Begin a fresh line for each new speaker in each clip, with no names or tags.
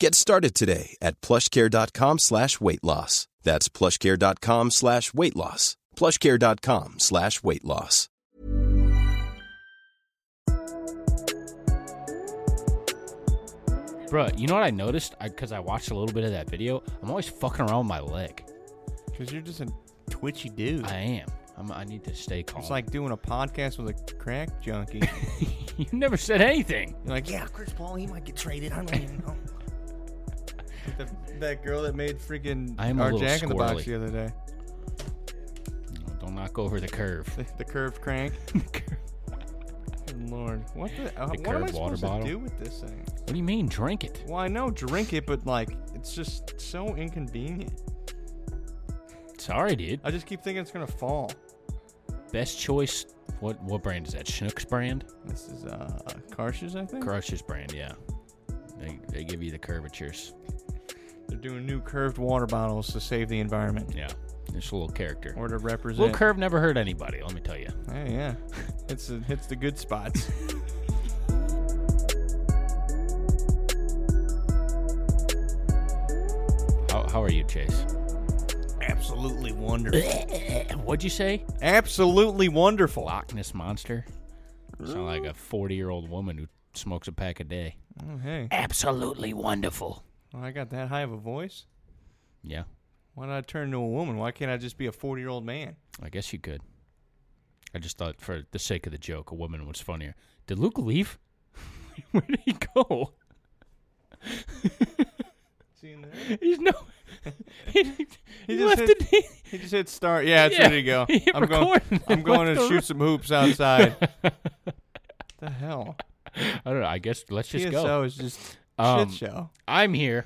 Get started today at plushcare.com slash weight loss. That's plushcare.com slash weight loss. plushcare.com slash weight loss.
Bruh, you know what I noticed? Because I, watched a little bit of that video. I'm always fucking around with my leg.
Because you're just a twitchy dude.
I am. I'm, I need to stay calm.
it's like doing a podcast with a crack junkie.
you never said anything.
You're like, yeah, Chris Paul, he might get traded. I don't even know. the, that girl that made freaking
I am a
our
little
Jack in the Box
squirrely.
the other day.
No, don't knock over the curve.
The, the curved crank. Good Lord, what the? Uh,
Oh, The
what am I
curved water
supposed
bottle.
to do with this thing?
What do you mean, drink it?
Well, I know drink it, but like, it's just so inconvenient.
Sorry, dude.
I just keep thinking it's gonna fall.
Best choice. What what brand is that? Schnucks brand?
This is uh, Karsh's, I think.
Crush's brand, yeah. They, they give you the curvatures.
They're doing new curved water bottles to save the environment
Yeah. It's a little character.
or to represent.
Little curve never hurt anybody, let me tell you.
Yeah, yeah. It's the hits the good spots.
How, how are you, Chase?
Absolutely wonderful.
What'd you say?
Absolutely wonderful.
Loch Ness Monster? Sound like a 40 year old woman who smokes a pack a day.
Oh, hey,
Absolutely wonderful.
Well, I got that high of a voice.
Yeah,
Why did I turn to a woman? Why can't I just be a forty-year-old man?
I guess you could. I just thought for the sake of the joke, a woman was funnier. Did Luke leave? Where did he go?
Seeing that?
He's no. he, he,
just
left
hit-
the day.
He just hit start. Yeah, it's
Yeah,
ready to go.
he hit
I'm going.
record and
I'm
then
going
left
to
the room.
shoot some hoops outside. the hell?
I don't know. I guess let's just
TSO
go.
is just
Um,
shit show.
I'm here.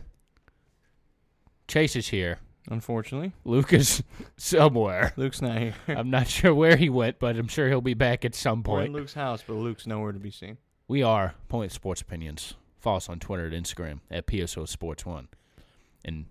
Chase is here.
Unfortunately,
Luke is somewhere.
Luke's not here.
I'm not sure where he went, but I'm sure he'll be back at some
We're in
point.
Luke's house, but Luke's nowhere to be seen.
We are Point Sports Opinions. Follow us on Twitter and Instagram at PSO Sports One, and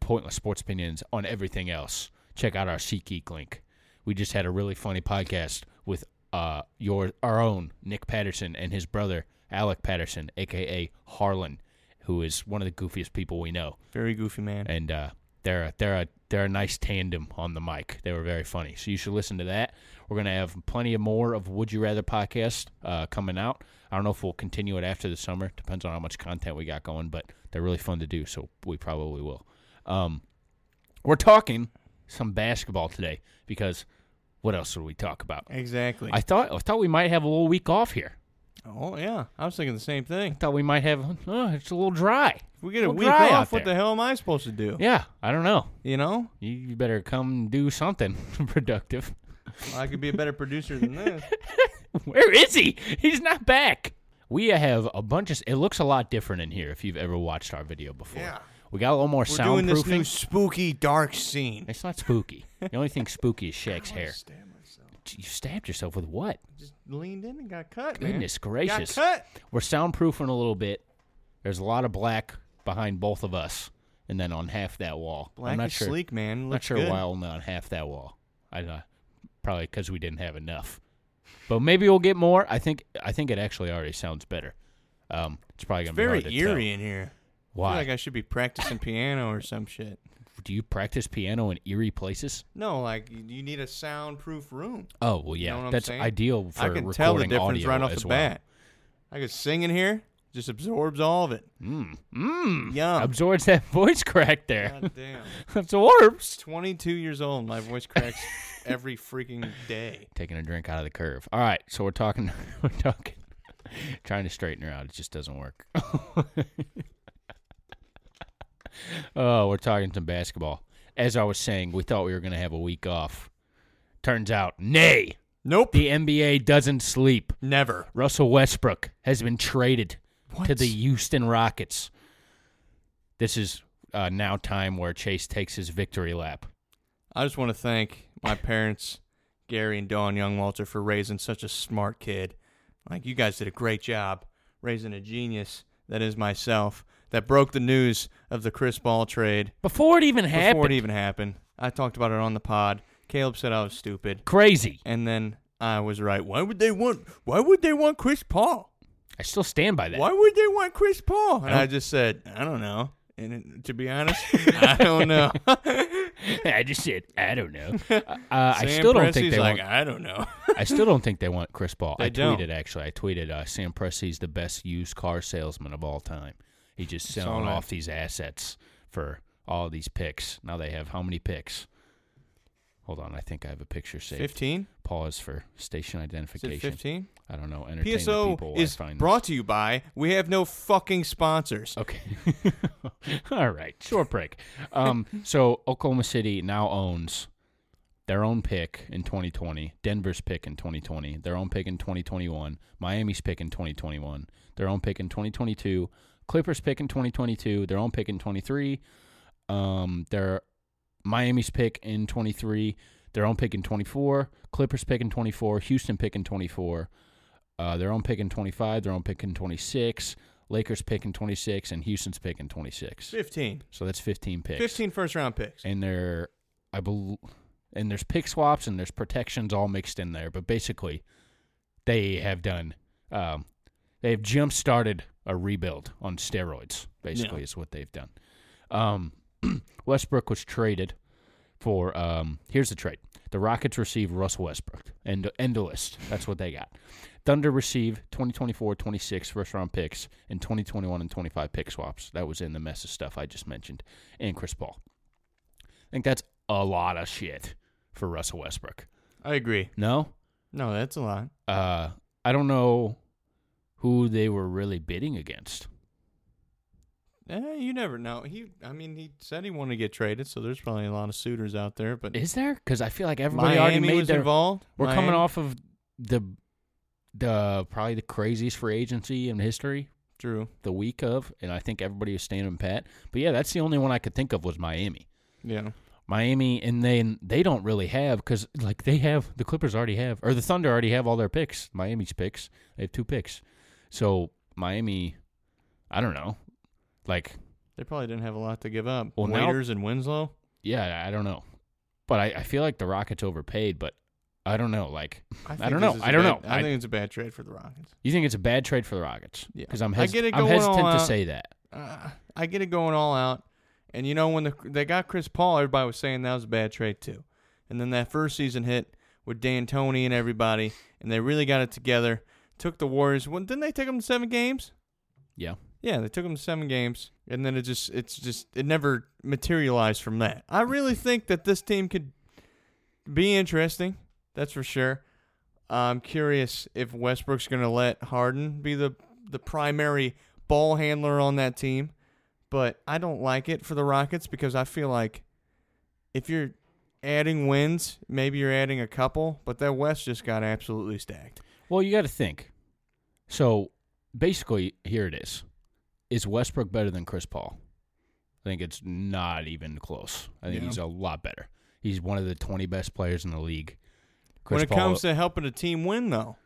Pointless Sports Opinions on everything else. Check out our SeatGeek link. We just had a really funny podcast with uh, your our own Nick Patterson and his brother Alec Patterson, aka Harlan, who is one of the goofiest people we know.
Very goofy man.
And uh, they're a, they're a they're a nice tandem on the mic. They were very funny, so you should listen to that. We're gonna have plenty of more of Would You Rather podcast uh, coming out. I don't know if we'll continue it after the summer. Depends on how much content we got going, but they're really fun to do, so we probably will. Um, we're talking some basketball today because what else would we talk about?
Exactly.
I thought I thought we might have a little week off here.
oh yeah, I was thinking the same thing.
I thought we might have. Oh, it's a little dry.
If we get a
We'll
week
dry out
off, what
there.
the hell am I supposed to do?
Yeah, I don't know.
You know,
You, you better come do something productive.
I could be a better producer than this.
Where is he? He's not back. We have a bunch of. It looks a lot different in here if you've ever watched our video before.
Yeah.
We got a little more
We're doing this new
soundproofing.
spooky dark scene.
it's not spooky. the only thing spooky is Shaq's hair. You stabbed yourself with what?
Just leaned in and got cut. man.
Goodness gracious.
Got cut.
We're soundproofing a little bit. There's a lot of black behind both of us, and then on half that wall.
Black
I'm not
is
sure.
sleek, man.
not
Looks
sure
good.
why only on half that wall. I uh, probably because we didn't have enough. But maybe we'll get more. I think I think it actually already sounds better. Um, it's probably
It's
gonna
very
be hard to
eerie
Tell.
in here. I
Why
feel like I should be practicing piano or some shit.
do you practice piano in eerie places?
No, like y- you need a soundproof room.
Oh well,
You
yeah,
know what I'm
that's
saying?
ideal for
I can
recording
tell the difference
audio
right off
as
the
well.
bat. I could sing in here, just absorbs all of it.
Mm, mm,
Yum.
absorbs that voice crack there.
God damn.
absorbs.
22 years old, my voice cracks every freaking day.
Taking a drink out of the curve. All right, so we're talking. We're talking. Trying to straighten her out. It just doesn't work. oh, we're talking some basketball. As I was saying, we thought we were going to have a week off. Turns out, nay.
Nope.
The NBA doesn't sleep.
Never.
Russell Westbrook has been traded to
What?
the Houston Rockets. This is uh, now time where Chase takes his victory lap.
I just want to thank my parents, Gary and Dawn Youngwalter, for raising such a smart kid. Like, you guys did a great job raising a genius that is myself that broke the news of the Chris Ball trade
Before it even happened.
before it e- even happened. I talked about it on the pod. Caleb said I was stupid,
Crazy.
and then I was right. Why would they want? Why would they want Chris Paul?
I still stand by that.
Why would they want Chris Paul? And
I
I just said, I don't know. And it, to be honest, I don't know.
I just said I don't know. Uh, I
Sam
still don't think
Presti's
they
like,
want.
I don't know.
I still don't think they want Chris Paul.
They
I tweeted
don't.
actually. I tweeted uh, Sam Presti's the best used car salesman of all time. He just
Saw
selling
that.
off these assets for all these picks. Now they have how many picks? Hold on, I think I have a picture saved.
Fifteen.
Pause for station
Is it
identification.
fifteen?
I don't know. Entertain the people
PSO
while I
is
find this. Oh,
brought to you by. We have no fucking sponsors.
Okay. All right. Short break. Um, so Oklahoma City now owns their own pick in 2020, Denver's pick in 2020, their own pick in 2021, Miami's pick in 2021, their own pick in 2022, Clippers pick in 2022, their own pick in 23, um, their Miami's pick in 23, their own pick in 24, Clippers pick in 24, Houston pick in 24, uh, their own pick in 25, their own pick in 26, Lakers pick in 26, and Houston's pick in 26.
Fifteen.
So that's 15 picks.
Fifteen first round picks.
And there, I believe, and there's pick swaps and there's protections all mixed in there. But basically, they have done, um, they have jump started a rebuild on steroids. Basically,
Yeah.
is what they've done. Um, Westbrook was traded for. Um, here's the trade: the Rockets receive Russell Westbrook and end of list. That's what they got. Thunder receive 2024, 26 first round picks and 2021 and 25 pick swaps. That was in the mess of stuff I just mentioned, and Chris Paul. I think that's a lot of shit for Russell Westbrook.
I agree.
No,
No, that's a lot.
uh, I don't know who they were really bidding against.
Eh, you never know. He, I mean, he said he wanted to get traded, so there's probably a lot of suitors out there. But
Is there? Because I feel like everybody already
Miami
made
was
their.
involved.
We're coming
Miami?
off of the the probably the craziest free agency in history,
Drew.
the week of, and I think everybody was standing pat. But yeah, that's the only one I could think of was Miami.
Yeah.
Miami, and then they don't really have because like they have the Clippers already have or the Thunder already have all their picks. Miami's picks, they have two picks, so Miami, I don't know, like
They probably didn't have a lot to give up.
Well, now-
Waiters and Winslow.
yeah, I don't know, but I, I feel like the Rockets overpaid, but I don't know, like I,
think
don't
this
know,
is a
I don't
bad-
know.
I,
I-
think it's a bad trade for the Rockets.
you think it's a bad trade for the Rockets?
Yeah.
because I'm,
I
hes-
get it
I'm
going
hesitant
all
to
out.
say that.
Uh, I get it going all out, and you know when the, they got Chris Paul, everybody was saying that was a bad trade too. And then that first season hit with Dan Tony and everybody, and they really got it together. Took the Warriors. Well, didn't they take them to seven games?
Yeah,
Yeah, they took them to seven games, and then it just it's just it never materialized from that. I really think that this team could be interesting. That's for sure. I'm curious if Westbrook's going to let Harden be the the primary ball handler on that team, but I don't like it for the Rockets because I feel like if you're adding wins, maybe you're adding a couple, but that West just got absolutely stacked.
well, you got to think. So basically, here it is: Is Westbrook better than Chris Paul? I think it's not even close. I think
Yeah.
he's a lot better. He's one of the 20 best players in the league. Chris
when it
Paul-
comes to helping a team win, though,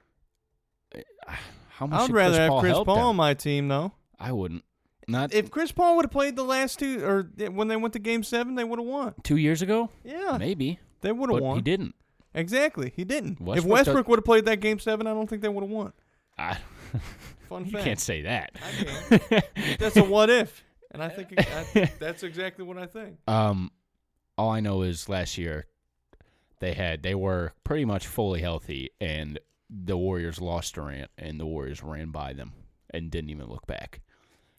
how much
I'd
did
rather
Chris
have
Paul
Chris
help
Paul
them?
on my team, though.
I wouldn't. Not
If Chris Paul would have played the last two, or th- when they went to Game Seven, they would have won.
two years ago.
Yeah,
Maybe
they would
but
have won.
he didn't.
Exactly. He didn't. if
Westbrook does-
Westbrook would have played that game seven, I don't think they would have won.
I,
Fun
you
fact.
can't say that.
That's a what if. And I think I think that's exactly what I think.
Um, all I know is last year they had they were pretty much fully healthy, and the Warriors lost Durant, and the Warriors ran by them and didn't even look back.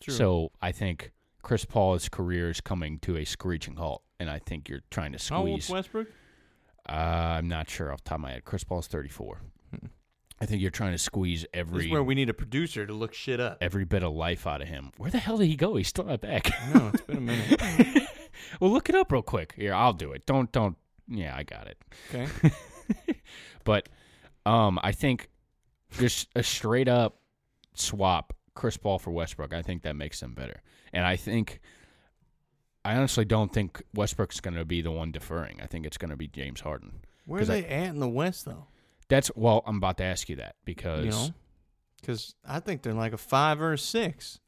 So I think Chris Paul's career is coming to a screeching halt, and I think you're trying to
How old's
squeeze.
Westbrook?
uh, I'm not sure off the top of my head. Chris Paul's 34. I think you're trying to squeeze
This
every
Hmm. is where we need a producer to look shit up.
every bit of life out of him. Where the hell did he go? He's still not back.
No, it's been a minute.
well, look it up real quick. Here, I'll do it. Don't don't. Yeah, I got it.
Okay.
But um, I think just a straight up swap Chris Paul for Westbrook. I think that makes them better. And I think I honestly don't think Westbrook's going to be the one deferring. I think it's going to be James Harden.
Where are
'Cause I-
they at in the West though?
That's well, I'm about to ask you that because
You know? Because I think they're like a five or a six.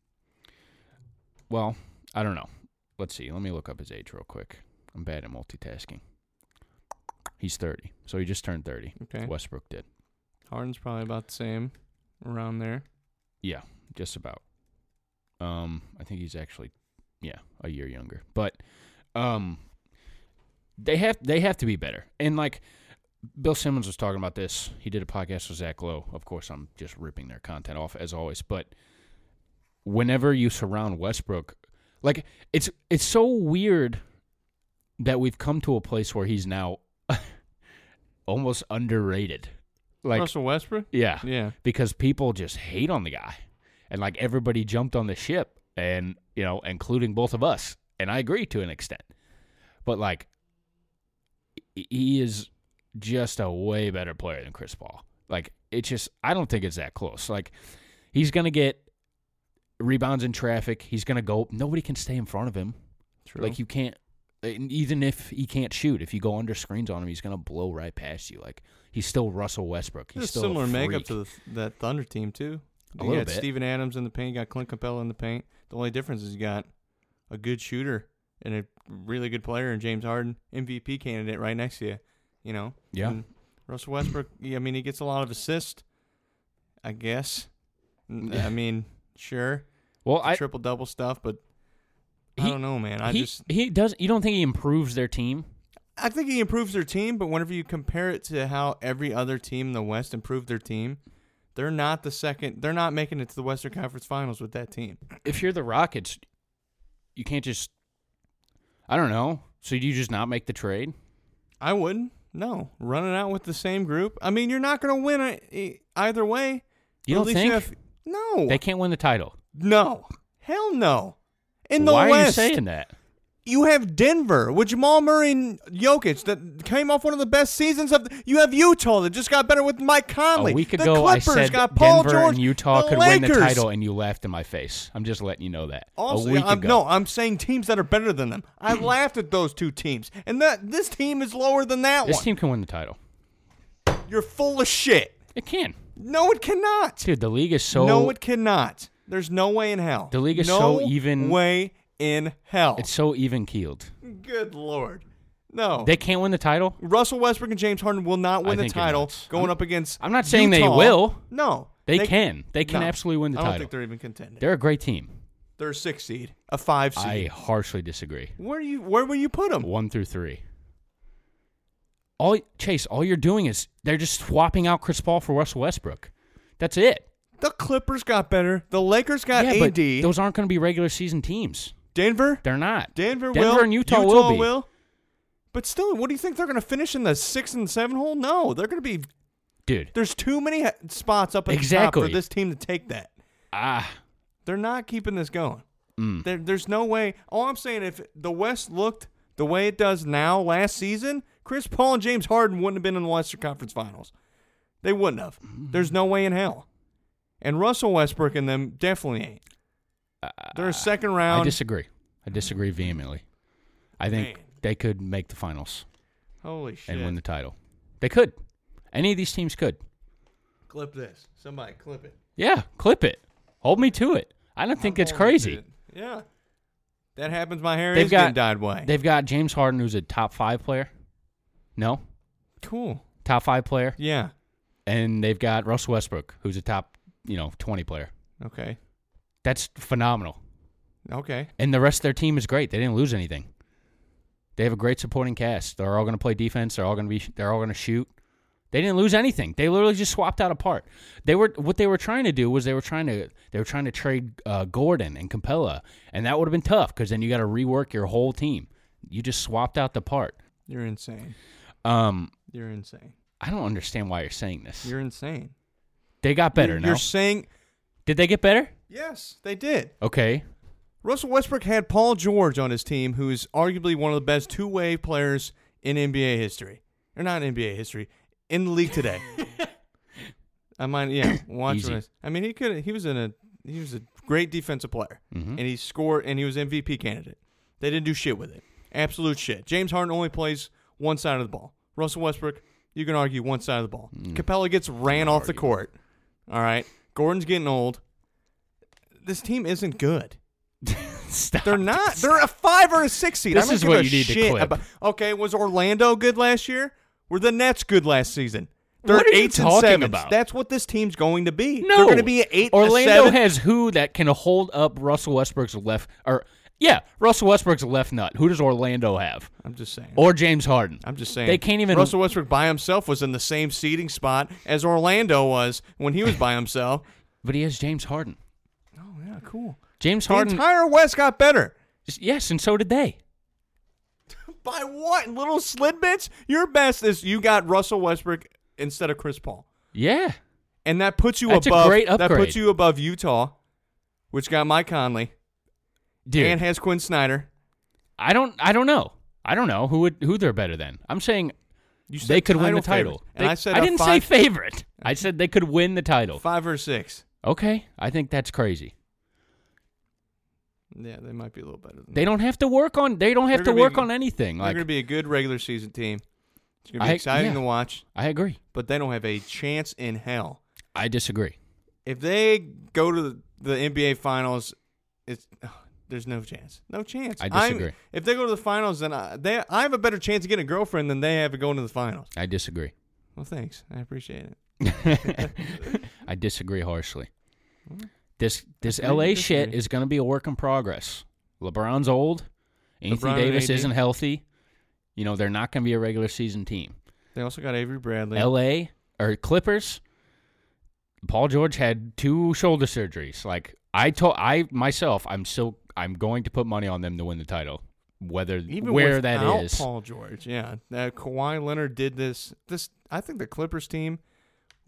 well, I don't know. Let's see. Let me look up his age real quick. I'm bad at multitasking. He's 30. So he just turned 30.
Okay.
Westbrook did.
Harden's probably about the same around there.
Yeah, just about. Um, I think he's actually, yeah, a year younger. But, um, they have they have to be better. And like, Bill Simmons was talking about this. He did a podcast with Zach Lowe. Of course, I'm just ripping their content off as always. But whenever you surround Westbrook, like it's it's so weird that we've come to a place where he's now almost underrated. Like,
Russell Westbrook?
yeah,
Yeah.
because people just hate on the guy and like everybody jumped on the ship and you know including both of us and i agree to an extent but like h- he is just a way better player than chris paul like it's just i don't think it's that close like he's gonna get rebounds in traffic he's gonna go nobody can stay in front of him
True.
like you can't, and even if he can't shoot, if you go under screens on him, he's gonna blow right past you. Like he's still Russell Westbrook. He's
Just
still
similar
a
makeup
freak.
to the, that Thunder team too.
A
you
little
got
bit.
Steven Adams in the paint. You got Clint Capella in the paint. The only difference is you got a good shooter and a really good player in James Harden, MVP candidate, right next to you. You know.
Yeah.
And Russell Westbrook. yeah, I mean, he gets a lot of assists. I guess. N- I mean, sure,
well, I
triple double stuff, but I
he-
don't know, man. I
he,
just
he does. You don't think he improves their team?
I think he improves their team, but whenever you compare it to how every other team in the West improved their team, they're not the second. They're not making it to the Western Conference Finals with that team.
If you're the Rockets, you can't just. I don't know. So do you just not make the trade?
I wouldn't. No, running out with the same group. I mean, you're not going to win e- e- either way.
You
But
don't
at least
think
have- no,
they can't win the title?
no, hell no. In the
Why
West,
are you saying that?
You have Denver with Jamal Murray and Jokic that came off one of the best seasons of. The, you have Utah that just got better with Mike Conley.
A week
The
ago,
Clippers
I said
got Paul
Denver
George.
and Utah
the
could win the
Lakers.
title, and you laughed in my face. I'm just letting you know that.
Also,
a week
I'm,
ago.
no, I'm saying teams that are better than them. I laughed at those two teams, and that this team is lower than that
this
one.
team can win the title.
You're full of shit.
It can.
No, it cannot.
Dude, the league is so
no, it cannot. There's no way in hell.
The league is
no
so even-
Way in hell.
it's so even keeled.
Good lord. No.
They can't win the title.
Russell Westbrook and James Harden will not
I
win the
think you're
title
nuts.
going
I'm-
up against.
I'm not saying they
Utah.
will.
No,
They can. They can absolutely win the
I don't
title.
think they're even contending. They're,
They're a great team.
a six seed, a five
I
seed.
harshly disagree.
Where do you where will you put them?
One through three. All Chase, all you're doing is they're just swapping out Chris Paul for Russell Westbrook. That's it.
The Clippers got better. The Lakers got
yeah,
AD.
but those aren't going to be regular season teams.
Denver,
They're not.
Denver,
Denver
will.
and Utah, will
will,
be.
But still, what do you think they're going to finish in the six and seven hole? No, they're going to be.
Dude,
There's too many ha- spots up at the top
Exactly.
for this team to take that.
ah,
They're not keeping this going.
Mm.
There, there's no way. All I'm saying, if the West looked the way it does now last season, Chris Paul and James Harden wouldn't have been in the Western Conference Finals. They wouldn't have.
Mm.
There's no way in hell. And Russell Westbrook and them definitely ain't. They're a second round.
Uh, I disagree. I disagree vehemently. I think
Man.
they could make the finals
Holy shit!
and win the title. They could. Any of these teams could.
clip this. Somebody clip it.
Yeah, clip it. Hold me to it. I don't think
I'm
it's
holding to
crazy.
it. Yeah, that happens. My hair
They've
is getting
got
dyed white.
They've got James Harden, who's a top five player. No,
cool.
top five player,
Yeah.
and they've got Russell Westbrook, who's a top you know twenty player.
Okay.
That's phenomenal.
Okay.
And the rest of their team is great. They didn't lose anything. They have a great supporting cast. They're all going to play defense. They're all going to be. They're all going to shoot. They didn't lose anything. They literally just swapped out a part. They were what they were trying to do was they were trying to they were trying to trade uh, Gordon and Capella, and that would have been tough because then you got to rework your whole team. You just swapped out the part.
You're insane.
Um,
You're insane.
I don't understand why you're saying this.
You're insane.
they got better
You're-
now.
You're saying
Did they get better?
yes, they did.
Okay.
Russell Westbrook had Paul George on his team, who is arguably one of the best two-way players in NBA history, or not NBA history, in the league today. I mind, yeah, watch
Easy.
what I, I mean, he could. He was in a. He was a great defensive player, and he scored, and he was MVP candidate. They didn't do shit with it. Absolute shit. James Harden only plays one side of the ball. Russell Westbrook, you can argue one side of the ball. Capella gets ran off the court. All right, Gordon's getting old. This team isn't good.
Stop.
They're not. They're a five or a six seed.
This
I don't
is
give
what
a
you need to
shit
clip.
About, okay, was Orlando good last year? Were the Nets good last season? They're
What are you
eights and
talking
sevens.
about?
That's what this team's going to be.
No,
they're going to be an eight. and a
Orlando
seven.
has who that can hold up Russell Westbrook's left or yeah, Russell Westbrook's left nut. Who does Orlando have?
I'm just saying.
Or James Harden?
I'm just saying.
they can't even.
Russell Westbrook by himself was in the same seeding spot as Orlando was when he was by himself.
but he has James Harden.
oh yeah, cool.
James
The
Harden.
entire West got better.
yes, and so did they.
By what? Little slid bits? Your best is you got Russell Westbrook instead of Chris Paul.
Yeah,
and that puts you
That's a
above.
great
That
upgrade.
puts you above Utah, which got Mike Conley
dude.
and has Quinn Snyder.
I don't. I don't know. I don't know who would who they're better than. I'm saying
You said
they could win the
title
title.
favorites. and
They-
I said
I
a
didn't
five,
say favorite. I said they could win the title.
five or six.
Okay, I think that's crazy.
Yeah, they might be a little better. Than
They don't have to work on. They don't have
They're
to
gonna
work
be-
on anything.
They're
Like
going to be a good regular season team. It's going to be
I-
exciting
yeah.
to watch,
I agree.
but they don't have a chance in hell.
I disagree.
If they go to the, the NBA Finals, it's there's no chance. No chance.
I
I'm-
disagree.
if they go to the finals, then I, they I have a better chance of getting a girlfriend than they have of going to the finals.
I disagree.
Well, thanks. I appreciate it.
I disagree harshly. This this
Agree to
LA shit
disagree.
is going to be a work in progress. LeBron's old. Anthony
LeBron and
Davis
AD.
isn't healthy. You know they're not going to be a regular season team.
They also got Avery Bradley.
LA or Clippers. Paul George had two shoulder surgeries. Like I told I myself, I'm still I'm going to put money on them to win the title, whether
Even
where
without
that is.
Paul George, yeah. Uh, Kawhi Leonard did this. This I think the Clippers team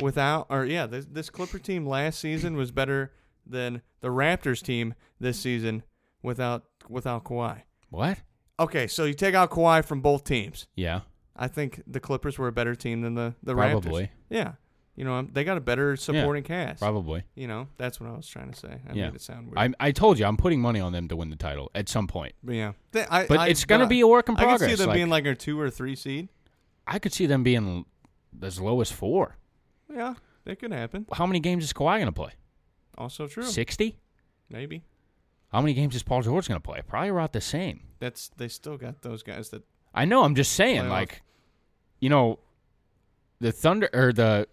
without, or yeah, this, this Clipper team last season was better than the Raptors team this season without without Kawhi.
What?
Okay, so you take out Kawhi from both teams.
Yeah,
I think the Clippers were a better team than the the Raptors.
Probably.
Yeah, you know um, they got a better supporting cast.
probably.
You know that's what I was trying to say. I
yeah,
made it sound weird.
I I told you I'm putting money on them to win the title at some point.
but yeah, They- I-
But
I-
it's gonna
I-
be a work in
I can see
progress,
them
like-
being like a two or three seed.
I could see them being as low as four.
Yeah, that could happen.
How many games is Kawhi going to play?
Also true.
Sixty.
Maybe.
How many games is Paul George going to play? Probably about the same.
That's they still got those guys that
I know. I'm just saying,
Playoff.
like, you know, the Thunder or the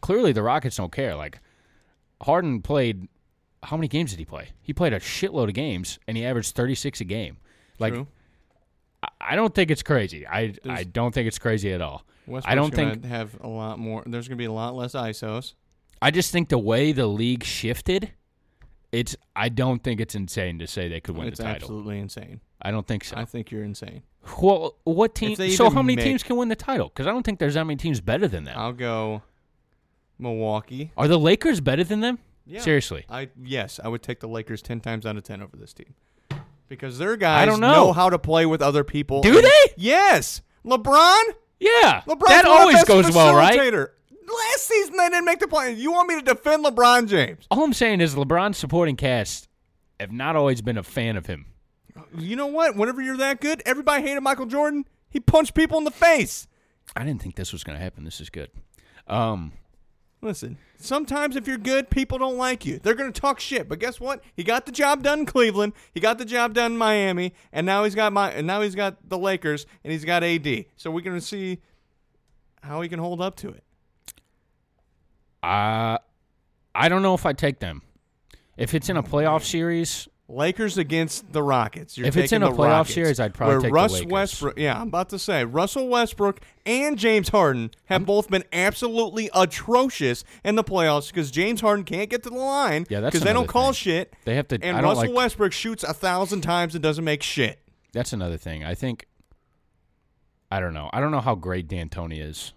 clearly the Rockets don't care. Like, Harden played. How many games did he play? He played a shitload of games, and he averaged 36 a game. Like,
True.
I, I don't think it's crazy. I I
There's-
don't think it's crazy at all.
Westbrook's
I don't
gonna
think.
have a lot more there's gonna be a lot less ISOs.
I just think the way the league shifted, it's. I don't think it's insane to say they could win
It's
the title.
absolutely insane.
I don't think so.
I think you're insane.
well, what
If
team?
they
So
even
how many
make- Um,
teams can win the title? Because I don't think there's that many teams better than them.
I'll go Milwaukee.
Are the Lakers better than them?
Yeah.
Seriously.
I yes, I would take the Lakers ten times out of ten over this team. Because their guys
don't know.
how to play with other people.
Do
and-
they?
Yes. LeBron?
Yeah.
LeBron
that always goes well, right?
Last season they didn't make the play. You want me to defend LeBron James?
All I'm saying is LeBron's supporting cast have not always been a fan of him.
You know what? Whenever you're that good, everybody hated Michael Jordan. He punched people in the face.
I didn't think this was going to happen. This is good. Um,
Listen, sometimes if you're good, people don't like you. They're going to talk shit. But guess what? He got the job done in Cleveland. He got the job done in Miami, and now he's got my and now he's got the Lakers and he's got AD. So we're going to see how he can hold up to it.
I I don't know if I take them. If it's in a playoff series,
Lakers against the Rockets. You're
If it's
taking
in a
the
playoff
Rockets,
series, I'd probably
where
take the
Russ
Lakers.
Westbrook. Yeah, I'm about to say Russell Westbrook and James Harden have both been absolutely atrocious in the playoffs because James Harden can't get to the line.
Yeah, that's
they don't
another
call
thing.
shit.
They have to-
And
I don't
Russell
like-
Westbrook shoots a thousand times and doesn't make shit.
that's another thing. I think I don't know. I don't know how great D'Antoni is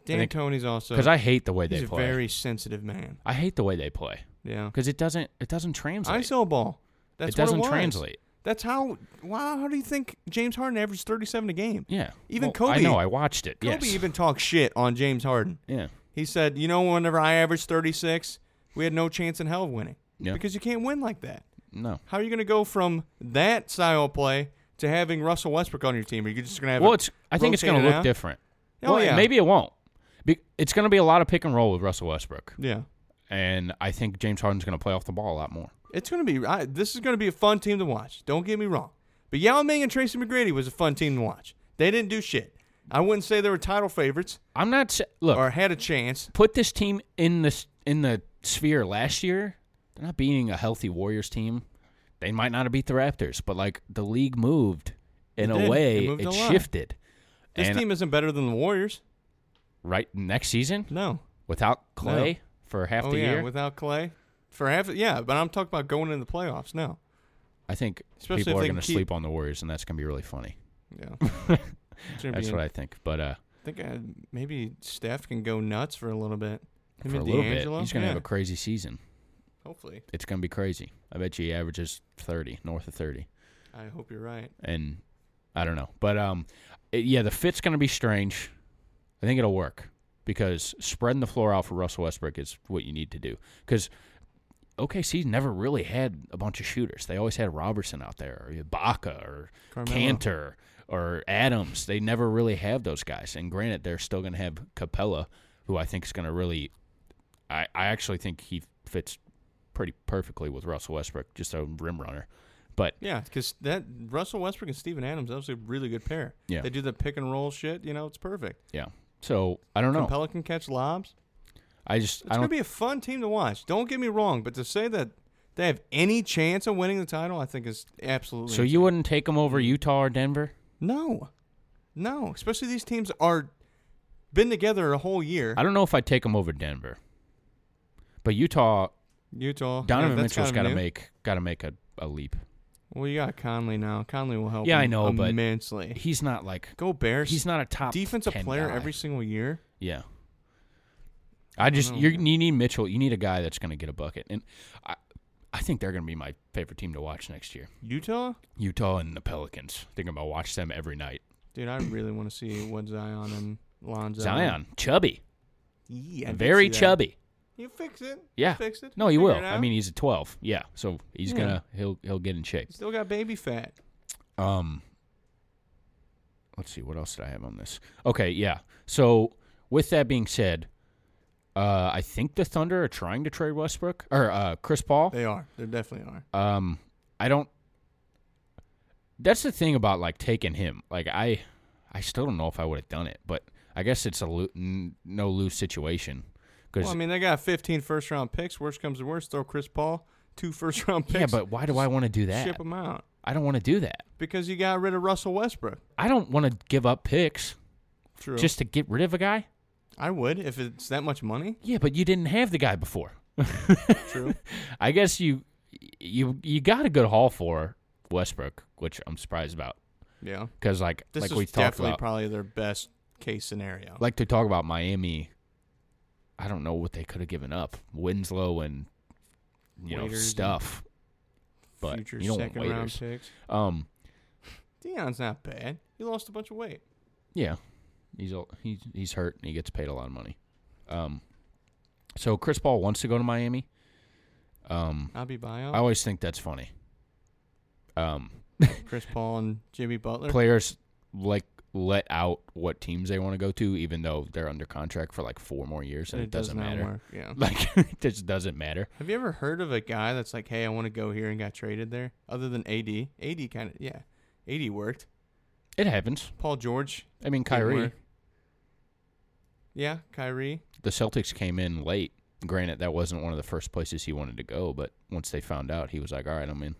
I
Dan
think-
Tony's also
because I hate the way
he's
they
a
play.
very sensitive man.
I hate the way they play
Yeah,
because it doesn't it doesn't translate.
ISO ball. That's
it doesn't
what it was.
translate.
That's how. Wow, how do you think James Harden averaged 37 a game?
Yeah,
Even
Well, I
Kobe-
know. I watched it.
Kobe
yes.
even talked shit on James Harden.
yeah.
He said, "You know, whenever I averaged 36, we had no chance in hell of winning
Yeah.
because you can't win like that.
No.
How are you going to go from that style of play to having Russell Westbrook on your team? Are you just going to have?
Well,
it
it's. I think it's going to
rotated
look
out?
different.
Oh
well,
yeah,
Maybe it won't. Be- it's going to be a lot of pick and roll with Russell Westbrook,
Yeah,
and I think James Harden's going to play off the ball a lot more.
it's going to be. I, this is going to be a fun team to watch. Don't get me wrong, but Yao Ming and Tracy McGrady was a fun team to watch. They didn't do shit. I wouldn't say they were title favorites
I'm not. sa- Look,
or had a chance.
put this team in this in the sphere last year. They're not beating a healthy Warriors team. They might not have beat the Raptors, but like the league moved in
It
a
did.
way,
It moved a lot.
shifted.
This
and
team isn't better than the Warriors.
right next season
No.
without Clay for half
oh
the
yeah,
year.
without Clay for half. Yeah, but I'm talking about going into the playoffs now.
I think
Especially
people
if
are
they
going to
can keep-
sleep on the Warriors, and that's going to be really funny.
Yeah. It's gonna
That's
be-
what I think. But uh,
I think I, maybe Steph can go nuts for a little bit. Him
for a
and
little
D'Angelo?
bit, he's going to
yeah.
have a crazy season.
Hopefully,
It's going to be crazy. I bet you he averages thirty, north of thirty.
I hope you're right.
and I don't know, but um, it- yeah, the fit's gonna be strange. I think it'll work because spreading the floor out for Russell Westbrook is what you need to do. Because OKC's never really had a bunch of shooters. They always had Robertson out there, or Ibaka, or
Carmelo.
Cantor, or Adams. They never really have those guys. And granted, they're still gonna have Capella, who I think is gonna really. I I actually think he fits pretty perfectly with Russell Westbrook, just a rim runner. But
Yeah, because that Russell Westbrook and Steven Adams that was a really good pair.
Yeah.
they do the pick and roll shit. You know, it's perfect.
yeah, so I don't know.
Capella can catch lobs.
I just
It's
I
gonna
don't
be a fun team to watch. Don't get me wrong, but to say that they have any chance of winning the title, I think is absolutely
So you wouldn't take them over Utah or Denver?
no, no. Especially these teams are been together a whole year.
I don't know if I'd take them over Denver. But Utah,
Utah.
Donovan
Oh, yeah, that's
Mitchell's
kind
got
of
to
new.
make got to make a, a leap.
Well, you got Conley now. Conley will help.
yeah, I
him
know, but
immensely.
he's not like
Go Bears.
he's not a top
Eh. defensive
10
player
guy.
every single year.
Yeah. I just you you need Mitchell. You need a guy that's going to get a bucket, and I I think they're going to be my favorite team to watch next year.
Utah,
Utah and the Pelicans. Think I'm going to watch them every night.
dude, I really want to see what Zion and Lonzo.
Zion, chubby,
yeah, I did
very
see that.
chubby.
You fix it. You
Yeah,
fix it.
No, he
Figure
will.
it
I
out.
mean, he's a 12. Yeah, so he's
Yeah.
gonna he'll he'll get in shape.
still got baby fat.
Um, let's see, what else did I have on this? Okay, yeah. So with that being said, uh, I think the Thunder are trying to trade Westbrook or uh, Chris Paul.
They are. They definitely are.
Um, I don't. That's the thing about like taking him. Like I, I still don't know if I would have done it, but I guess it's a lo- n- no lose situation because
Well, I mean, they got 15 first round picks. Worst comes to worst, throw Chris Paul two first round picks.
yeah. But why do I want to do that?
ship them out
I don't want to do that.
because you got rid of Russell Westbrook.
I don't want to give up picks
True.
just to get rid of a guy.
I would if it's that much money.
Yeah, but you didn't have the guy before.
True.
I guess you you you got a good haul for Westbrook, which I'm surprised about
yeah.
because like
This
like
is
we talked
definitely
about,
probably their best case scenario.
like to talk about Miami. I don't know what they could have given up, Winslow and you know
Waiters and
stuff, but
future
you don't want
second round
waiters.
picks.
Um,
Dion's not bad. He lost a bunch of weight.
yeah, he's all- he's he's hurt and he gets paid a lot of money. Um, so Chris Paul wants to go to Miami. Um,
I'll be bio.
I always think that's funny. Um,
Chris Paul and Jimmy Butler.
players like let out what teams they want to go to, even though they're under contract for like four more years, and it, doesn't
not
matter.
Work. Yeah.
Like it just doesn't matter.
Have you ever heard of a guy that's like, "Hey, I want to go here," and got traded there? Other than AD, AD kind of yeah, AD worked.
It happens.
Paul George.
I mean,
didn't
Kyrie.
work. Yeah, Kyrie.
The Celtics came in late. Granted, that wasn't one of the first places he wanted to go, but once they found out, he was like, "All right, I'm in."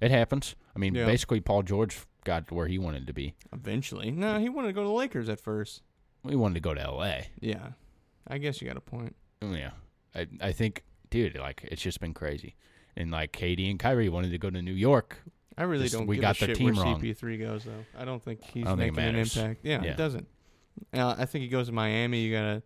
It happens. I mean,
Yeah.
basically, Paul George got to where he wanted to be.
Eventually. No, he wanted to go to the Lakers at first.
He wanted to go to L.A.
Yeah. I guess you got a point.
Oh, Yeah, I I think, dude, like it's just been crazy. And like Katie and Kyrie wanted to go to New York.
I really
Just-
don't
we
give
got
a
the
shit
team
where
wrong.
CP3 goes though. I don't think he's
don't think it
making an
matters.
impact. Yeah,
Yeah.
it doesn't. Uh, I think he goes to Miami. You gotta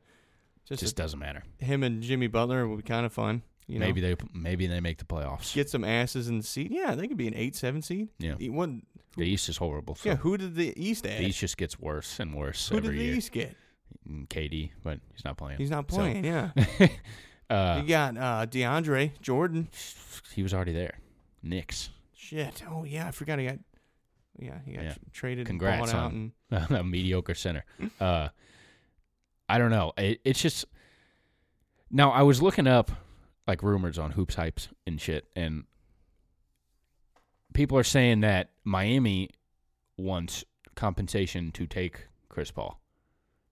just,
Just doesn't matter.
him and Jimmy Butler would be kind of fun. You know,
maybe they maybe they make the playoffs.
get some asses in the seat. Yeah, they could be an eight-seven seed.
Yeah.
He wouldn't-
the East is horrible. So
yeah. Who did the East add?
the East just gets worse and worse
who did
every
the
year.
East get?
And KD, but he's not playing.
He's not
So,
playing. yeah,
uh,
you got uh, DeAndre Jordan.
he was already there. Knicks.
Shit. Oh yeah, I forgot he got. Yeah, he got
Yeah.
tr- traded. and
Congrats
bought out
on
and
a mediocre center. Uh, I don't know. It, it's just now I was looking up like rumors on hoops hypes and shit, and people are saying that Miami wants compensation to take Chris Paul.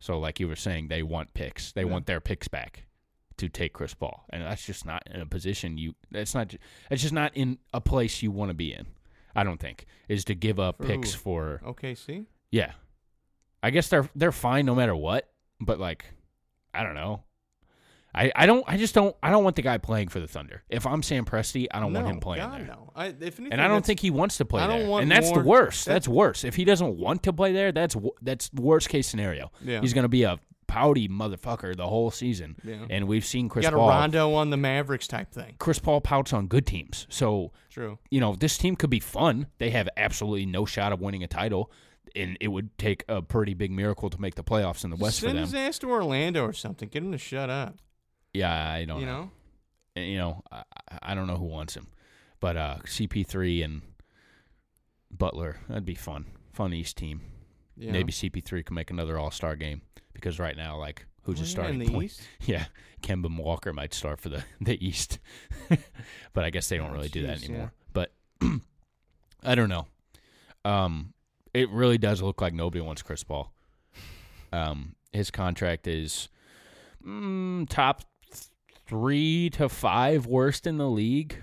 So, like you were saying, they want picks. They want their picks back to take Chris Paul, and that's just not in a position you. That's not. ju- That's just not in a place you want to be in. I don't think is to give up
For
picks
who?
for
OKC.
yeah. I guess they're they're fine no matter what, but like I don't know. I, I don't I just don't I don't want the guy playing for the Thunder. If I'm Sam Presti, I don't want him
No,
playing
God,
there.
No. I, if anything,
And I don't
that's-
think he wants to play
I don't
there.
want
and that's
more-
the worst.
that-
That's worse. If he doesn't want to play there, that's wo- that's worst case scenario.
Yeah.
He's going to be a pouty motherfucker the whole season.
Yeah.
And we've seen Chris
got
Paul.
a Rondo on the Mavericks type thing.
Chris Paul pouts on good teams. So
True.
you know, this team could be fun. They have absolutely no shot of winning a title, and it would take a pretty big miracle to make the playoffs in the West for
Send
them.
his ass to Orlando or something. Get him to shut up.
Yeah, I don't
you
know.
know?
And, You know, I, I don't know who wants him, but uh, CP3 and Butler, that'd be fun. Fun East team.
Yeah.
Maybe CP3 can make another All Star game because right now, like, who's
Oh,
just
yeah,
starting
in the
point?
East?
Yeah, Kemba Walker might start for the the East, but I guess they don't
Oh,
really do that
jeez, yeah.
anymore. But I don't know. Um, it really does look like nobody wants Chris Paul. Um, his contract is mm, top th- three to five worst in the league.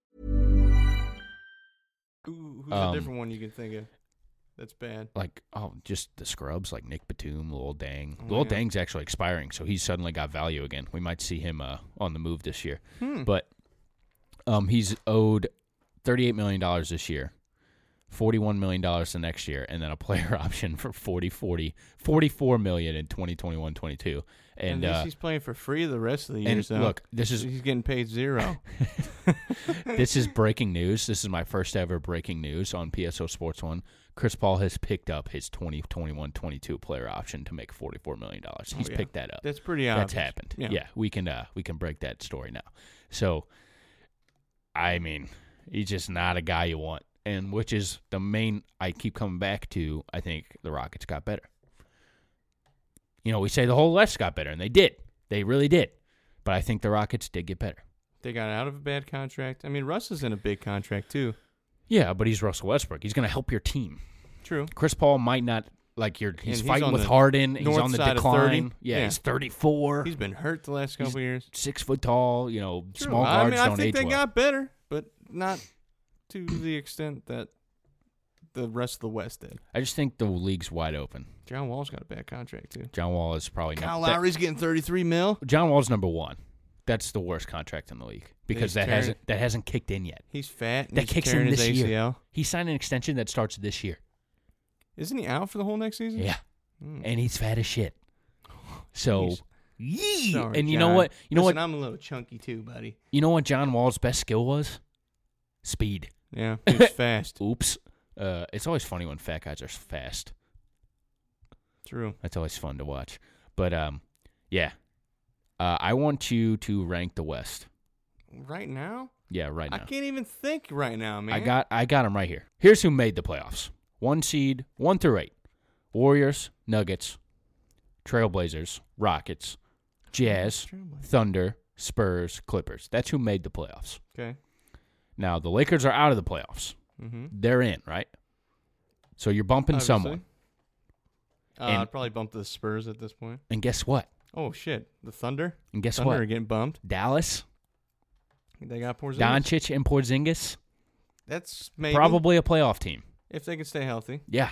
Who- Who's
Um,
a different one you can think of? That's bad.
Like oh, just the scrubs like Nick Batum, Lil Dang.
Oh,
Lil
yeah.
Dang's actually expiring, so he's suddenly got value again. We might see him uh, on the move this year.
Hmm.
But um, he's owed thirty-eight million dollars this year, forty-one million dollars the next year, and then a player option for 40, 40, 44 million in 2021-22. And,
At least
uh,
he's playing for free the rest of the year.
and
so
look, this is
he's getting paid zero. Oh,
this is breaking news. This is my first ever breaking news on PSO Sports One. Chris Paul has picked up his 2021-22 player option to make forty-four million dollars. He's
Oh, yeah.
picked that up.
That's pretty
That's
obvious.
happened. Yeah. we can uh, we can break that story now. So, I mean, he's just not a guy you want, and which is the main. I keep coming back to. I think the Rockets got better. You know, we say the whole West got better, and they did. They really did. But I think the Rockets did get better.
They got out of a bad contract. I mean, Russ is in a big contract too.
Yeah, but he's Russell Westbrook. He's going to help your team.
True.
Chris Paul might not like your. He's,
he's
fighting
on
with
the
Harden. He's
north
on the
side of 30.
decline. Yeah,
Yeah.
he's thirty four.
He's been hurt the last couple years.
six foot tall. You know,
True.
small
I
guards
mean,
don't
I think
age
they
well.
got better, but not to the extent that the rest of the West did.
I just think the league's wide open.
John Wall's got a bad contract too.
John Wall is probably
Kyle
num- that-
Lowry's getting 33 mil.
John Wall's number one. That's the worst contract in the league because
He's
that
tearing-
hasn't that hasn't kicked in yet.
He's fat. And
That
he's
kicks
tearing
in this
his ACL.
year. He signed an extension that starts this year.
Isn't he out for the whole next season?
Yeah,
Mm.
and he's fat as shit. So,
He's-
yee!
Sorry,
and you know
John.
what? You know
Listen,
what?
I'm a little chunky too, buddy.
You know what? John Wall's best skill was speed.
Yeah, he's fast.
Oops. Uh, it's always funny when fat guys are fast.
True.
That's always fun to watch. But um, yeah, uh, I want you to rank the West.
Right now?
Yeah, right now.
I can't even think right now, man.
I got I got them right here. Here's who made the playoffs: one seed, one through eight. Warriors, Nuggets, Trailblazers, Rockets, Jazz, Thunder, Spurs, Clippers. That's who made the playoffs.
Okay.
Now the Lakers are out of the playoffs.
Mm-hmm.
They're in, right? So you're bumping someone.
Uh,
And-
I'd probably bump the Spurs at this point.
And guess what?
Oh shit, the Thunder.
And guess
Thunder
what?
are getting bumped.
Dallas,
They got Porzingis.
Doncic, and Porzingis,
That's maybe
probably a playoff team.
if they can stay healthy.
Yeah,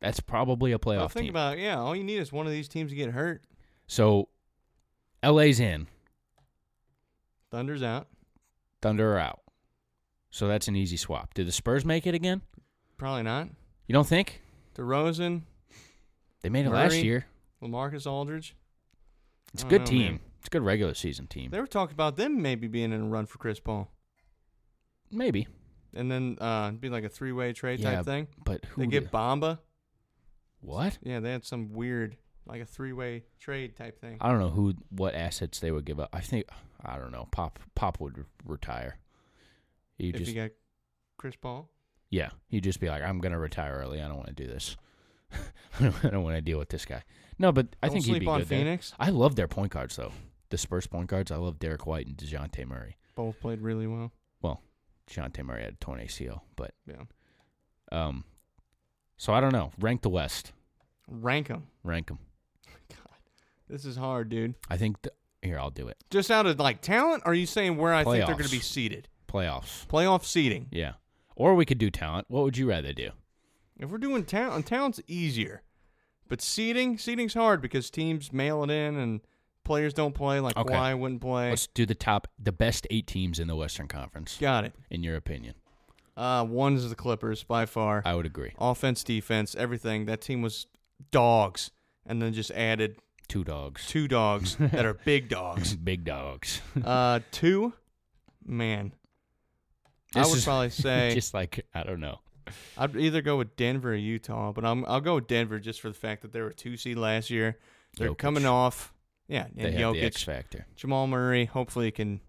that's probably a
Well,
playoff
think
team.
about it, yeah. All you need is one of these teams to get hurt.
so LA's in.
Thunder's out.
Thunder are out. So that's an easy swap. Did the Spurs make it again?
Probably not.
You don't think?
DeRozan,
They made it last
Murray.
year.
Lamarcus Aldridge.
It's a
I
good
don't know,
team.
man.
It's a good regular season team.
They were talking about them maybe being in a run for Chris Paul,
Maybe.
and then uh, be like a three-way trade
Yeah,
type thing.
But who
They
the-
get Bamba.
what?
Yeah, they had some weird like a three-way trade type thing.
I don't know who what assets they would give up. I think I don't know. Pop Pop would re- retire. You
if
just
you got Chris Paul,
yeah. He'd just be like, I'm gonna retire early. I don't want to do this. I don't, I don't want to deal with this guy. No, but I
Don't
think he'd
sleep
be
on
good there.
Phoenix.
I love their point guards though. The Spurs point guards. I love Derek White and Dejounte Murray.
both played really well.
well, Dejounte Murray had a torn ACL, but
Yeah,
um, so I don't know. Rank the West.
rank them.
Rank them.
God, this is hard, dude.
I think th- here I'll do it.
Just out of like talent, are you saying where I think they're
Playoffs.
going to be seated?
Playoffs.
Playoff seating.
Yeah. Or we could do talent. What would you rather do?
If we're doing talent, talent's easier, but seating, seating's hard because teams mail it in and players don't play. Like
Okay.
Kawhi wouldn't play.
Let's do the top, the best eight teams in the Western Conference,
Got it.
in your opinion.
Uh, one's the Clippers by far.
I would agree.
Offense, defense, everything. That team was dogs, and then just added
Two dogs.
two dogs that are big dogs.
Big dogs.
Uh, two, man. I
This
would
is
probably say
just like I don't know.
I'd either go with Denver or Utah, but I'm I'll go with Denver just for the fact that they were two seed last year. They're
Jokic.
coming off, yeah,
They
and
have the X
Jokic,
factor.
Jamal Murray. Hopefully, he can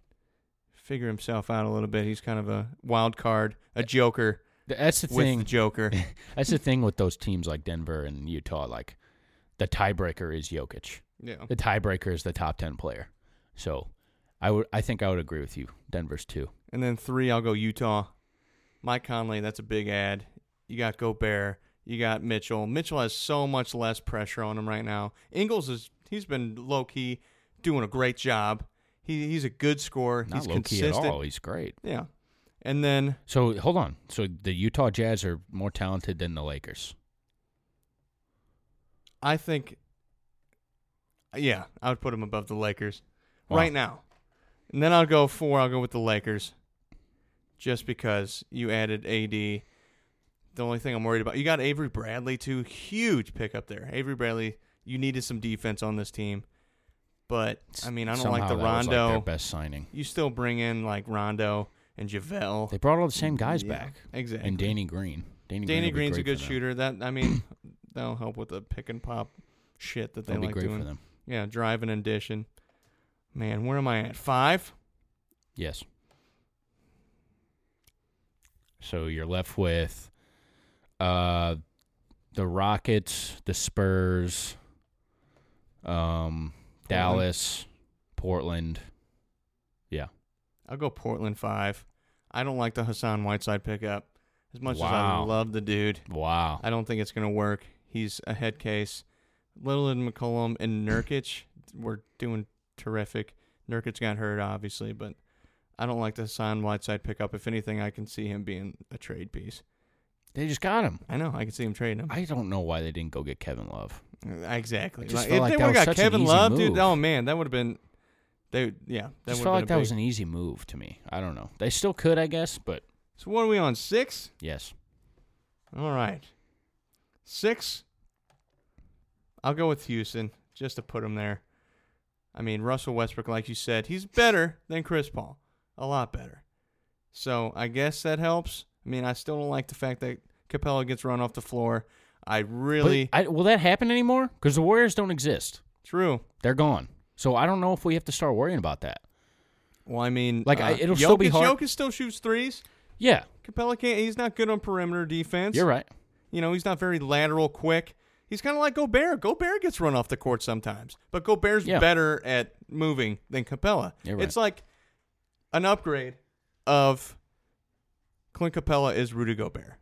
figure himself out a little bit. He's kind of a wild card, a joker
Th- That's the
with
thing.
the Joker.
That's the thing with those teams like Denver and Utah. Like the tiebreaker is Jokic.
yeah,
The tiebreaker is the top ten player. So I would I think I would agree with you. Denver's two.
and then three, I'll go Utah. Mike Conley, that's a big ad. You got Gobert. You got Mitchell. Mitchell has so much less pressure on him right now. Ingles is he's been low key doing a great job. He he's a good scorer.
Not
he's
low
consistent.
key at all. He's great.
Yeah. And then
So hold on. So the Utah Jazz are more talented than the Lakers.
I think yeah, I would put him above the Lakers
Wow.
right now. And then I'll go 4, I'll go with the Lakers just because you added AD. The only thing I'm worried about, you got Avery Bradley too, huge pickup there. Avery Bradley, you needed some defense on this team. But I mean, I don't
Somehow
like the
that was,
Rondo.
their best signing.
you still bring in like Rondo and JaVale.
They brought all the same guys
Yeah,
back.
exactly.
And Danny Green. Danny, Green
Danny
will be
Green's a
great
good
for them.
shooter. That I mean, that'll help with the pick and pop shit that they
That'll be
like
great
doing.
for them.
Yeah, driving and dishing. Man, where am I at? Five.
Yes. So you're left with uh the Rockets, the Spurs, um Dallas, Portland. Yeah.
I'll go Portland five. I don't like the Hassan Whiteside pickup as much as I
Wow.
love the dude.
Wow.
I don't think it's gonna work. He's a head case. Little and McCollum and Nurkic were doing terrific. Nurkic got hurt obviously, but I don't like the Hassan Whiteside pickup. If anything, I can see him being a trade piece.
They just got him.
I know I can see him trading him.
I don't know why they didn't go get Kevin Love.
Exactly.
I just
Like,
felt
if
like
they
that
would
was
have got
such an
Kevin
easy
Love,
move.
dude, oh man, that would have been. They yeah, that
just felt
would have
like
been.
that
a
was
big-
an easy move to me. I don't know. They still could, I guess, but
So what are we on six?
yes.
All right, six. I'll go with Houston just to put him there. I mean Russell Westbrook, like you said, he's better than Chris Paul, a lot better. So I guess that helps. I mean, I still don't like the fact that Capella gets run off the floor. I
But
really
I, will that happen anymore? Because the Warriors don't exist;
true.
they're gone. So I don't know if we have to start worrying about that.
Well, I mean,
Like,
uh,
I- it'll still be
Jokic-
hard-
Jokic still shoots threes.
Yeah,
Capella can't. He's not good on perimeter defense.
you're right.
You know, he's not very lateral quick. He's kind of like Gobert. Gobert gets run off the court sometimes, but Gobert's
Yeah.
better at moving than Capella.
You're right.
It's like an upgrade of Clint Capella is Rudy Gobert.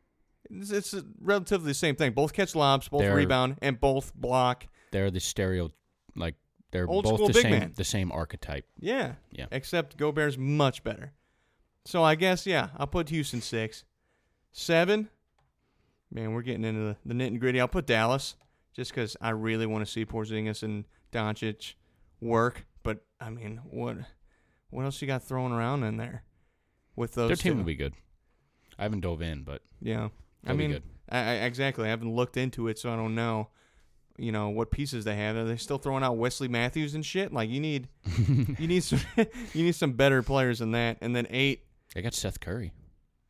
It's, it's relatively the same thing. Both catch lobs, both
They're-
rebound, and both block.
They're the stereo, like they're
Old
both
school
the
big
same,
man.
the same archetype.
Yeah.
Yeah.
Except Gobert's much better. So I guess, yeah, I'll put Houston six. Seven. Man, we're getting into the, the nitty and gritty. I'll put Dallas just because I really want to see Porzingis and Doncic work. But I mean, what what else you got thrown around in there with those?
Their team
two?
will be good. I haven't dove in, but
Yeah, I
They'll be
mean,
good.
I, I, exactly. I haven't looked into it, so I don't know. You know what pieces they have? Are they still throwing out Wesley Matthews and shit? Like you need, you need some, you need some better players than that. And then eight,
they got Seth Curry.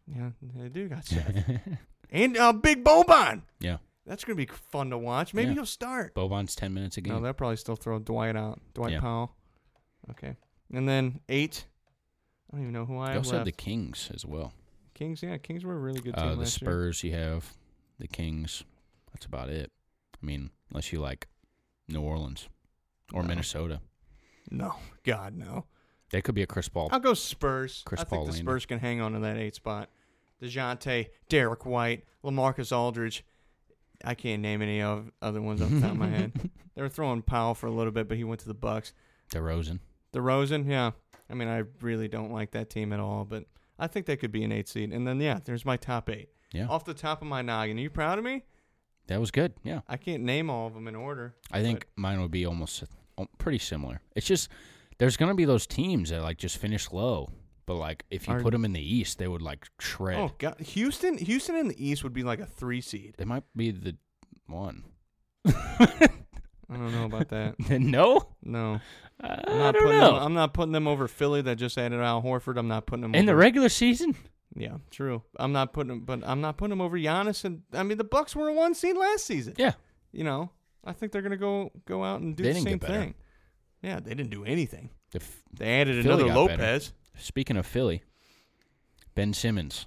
yeah, they do got Seth and uh, Big Boban.
Yeah,
That's gonna be fun to watch. Maybe
Yeah.
he'll start.
Boban's ten minutes a game.
No, they'll probably still throw Dwight out. Dwight
Yeah.
Powell. Okay, and then eight. I don't even know who I
they
have
also have
left.
the Kings as well.
Kings. Yeah, Kings were a really good team
Uh, the
last year.
Spurs you have, the Kings. That's about it. I mean, unless you like New Orleans or
No.
Minnesota,
No, God no.
that could be a Chris Paul.
I'll go Spurs.
Chris
I think
Paul
the
Lane.
Spurs can hang on to that eight spot. DeJounte, Derek White, Lamarcus Aldridge. I can't name any of other ones off the top of my head. They were throwing Powell for a little bit, but he went to the Bucks.
DeRozan.
DeRozan, yeah. I mean, I really don't like that team at all, but I think they could be an eight seed. And then, yeah, there's my top eight.
Yeah,
Off the top of my noggin, are you proud of me?
that was good. Yeah,
I can't name all of them in order.
I think mine would be almost um, pretty similar. It's just there's gonna be those teams that like just finish low, but like if you
Are-
put them in the East, they would like
but-
shred.
Oh God, Houston, Houston in the East would be like a three seed.
They might be the one.
I don't know about that.
no,
No.
I
I'm not
don't
putting
know.
Them, I'm not putting them over Philly that just added Al Horford. I'm not putting them
in the
over,
regular season,
Yeah, true. I'm not putting them, but I'm not putting them over Giannis. And I mean, the Bucks were a one seed last season.
yeah,
You know, I think they're gonna go go out and do
They
the
didn't
same
get better.
thing. Yeah, they didn't do anything.
the f-
They added
Philly
another
got better.
Lopez.
Speaking of Philly, Ben Simmons.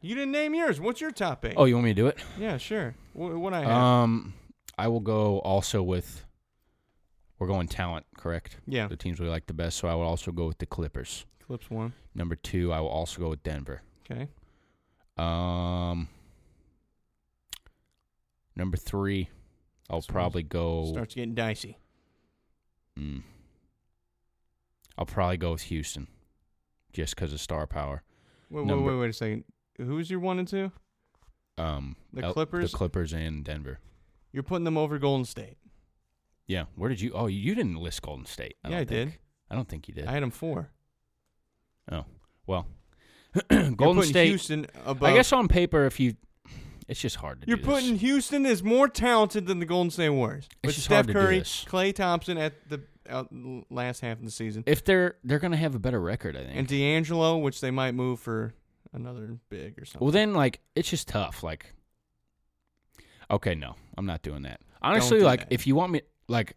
You didn't name yours. What's your top eight?
Oh, you want me to do it?
yeah, sure. What, what I have?
Um, I will go also with. We're going talent, correct?
Yeah.
The teams we like the best, so I will also go with the Clippers.
Clips one.
Number two, I will also go with Denver.
Okay.
Um, number three, I'll
Starts-
probably go.
Starts getting dicey.
Mm. I'll probably go with Houston, just because of star power.
Wait, wait,
Number-
wait, wait a second. Who's your one and two?
Um,
The
L-
Clippers?
the Clippers, and Denver.
You're putting them over Golden State.
Yeah, where did you? Oh, you didn't list Golden State. I
yeah, I
don't think.
did.
I don't think you did.
I had them four.
Oh well,
You're
Golden
putting
State.
Houston above.
I guess on paper, if you, it's just hard to.
You're
do this.
putting Houston is more talented than the Golden State Warriors. With
just
Steph
hard to do
Curry,
this.
Clay Thompson at the uh, l- last half of the season,
if they're they're gonna have a better record, I think.
and D'Angelo, which they might move for another big or something.
well, then like it's just tough. Like, okay, no, I'm not doing that. Honestly,
do
like
that.
if you want me, like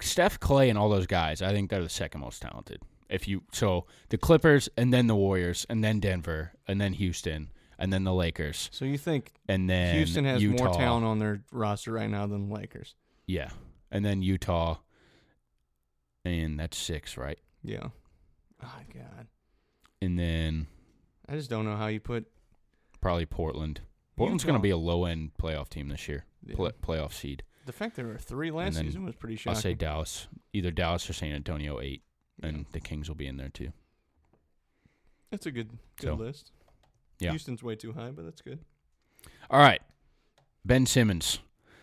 Steph, Clay, and all those guys, I think they're the second most talented. If you so the Clippers, and then the Warriors, and then Denver, and then Houston, and then the Lakers,
so you think
and then
Houston has more
Utah.
talent on their roster right now than the Lakers?
Yeah. And then Utah. And that's six, right?
Yeah. Oh God,
And then
I just don't know how you put.
probably Portland. Portland's going to
Utah.
be a low end playoff team this year,
Yeah.
Pla playoff seed.
The fact there were three last
And then
season was pretty shocking.
I'll say Dallas, either Dallas or San Antonio, eight. And the Kings will be in there too.
That's a good, good
So,
list.
Yeah.
Houston's way too high, but that's good.
All right. Ben Simmons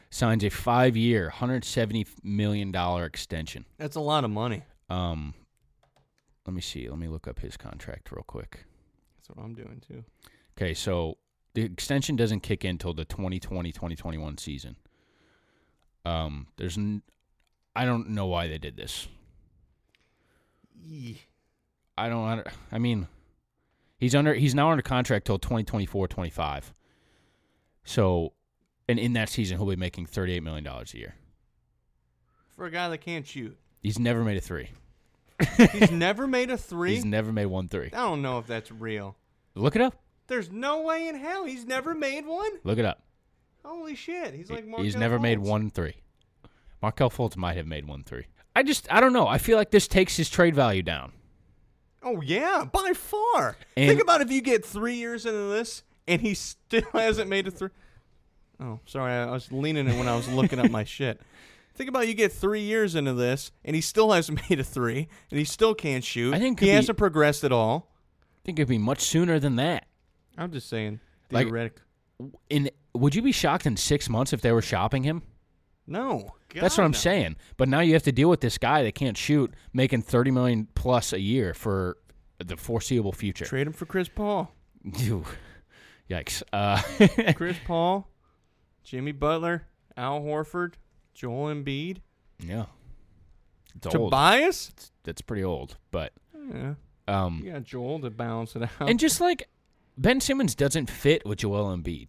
signs a five year, $170 million extension.
That's a lot of money.
Um, let me see. Let me look up his contract real quick.
That's what I'm doing too.
Okay, so the extension doesn't kick in till the 2020-2021 season. Um, there's n- I don't know why they did this. I don't under, I mean he's under he's now under contract till 2024-25. So, and in that season, he'll be making $38 million a year.
For a guy that can't shoot,
He's never made a three.
he's never made a three.
He's never made one three.
I don't know if that's real.
Look it up.
There's no way in hell he's never made one.
Look it up.
Holy shit, he's like
he's
Markel
never made
Fultz.
one three. Markel Fultz might have made one three. I just, I don't know. I feel like this takes his trade value down.
Oh yeah, by far.
And-
Think about if you get three years into this and he still hasn't made a three. Oh, sorry, I I was leaning it when I was looking up my shit. Think about you get three years into this and he still hasn't made a three and he still can't shoot.
I think it
he
could be-
hasn't progressed at all.
I think it'd be much sooner than that.
I'm just saying,
Like-
theoretic.
In would you be shocked in six months if they were shopping him?
no,
That's
God,
what I'm
no.
saying. But now you have to deal with this guy that can't shoot, making thirty million plus a year for the foreseeable future.
Trade him for Chris Paul.
Ew. Yikes. Uh,
Chris Paul, Jimmy Butler, Al Horford, Joel Embiid,
yeah. It's old.
Tobias.
That's pretty old, but
Yeah,
um,
you got Joel to balance it out.
and just like Ben Simmons doesn't fit with Joel Embiid,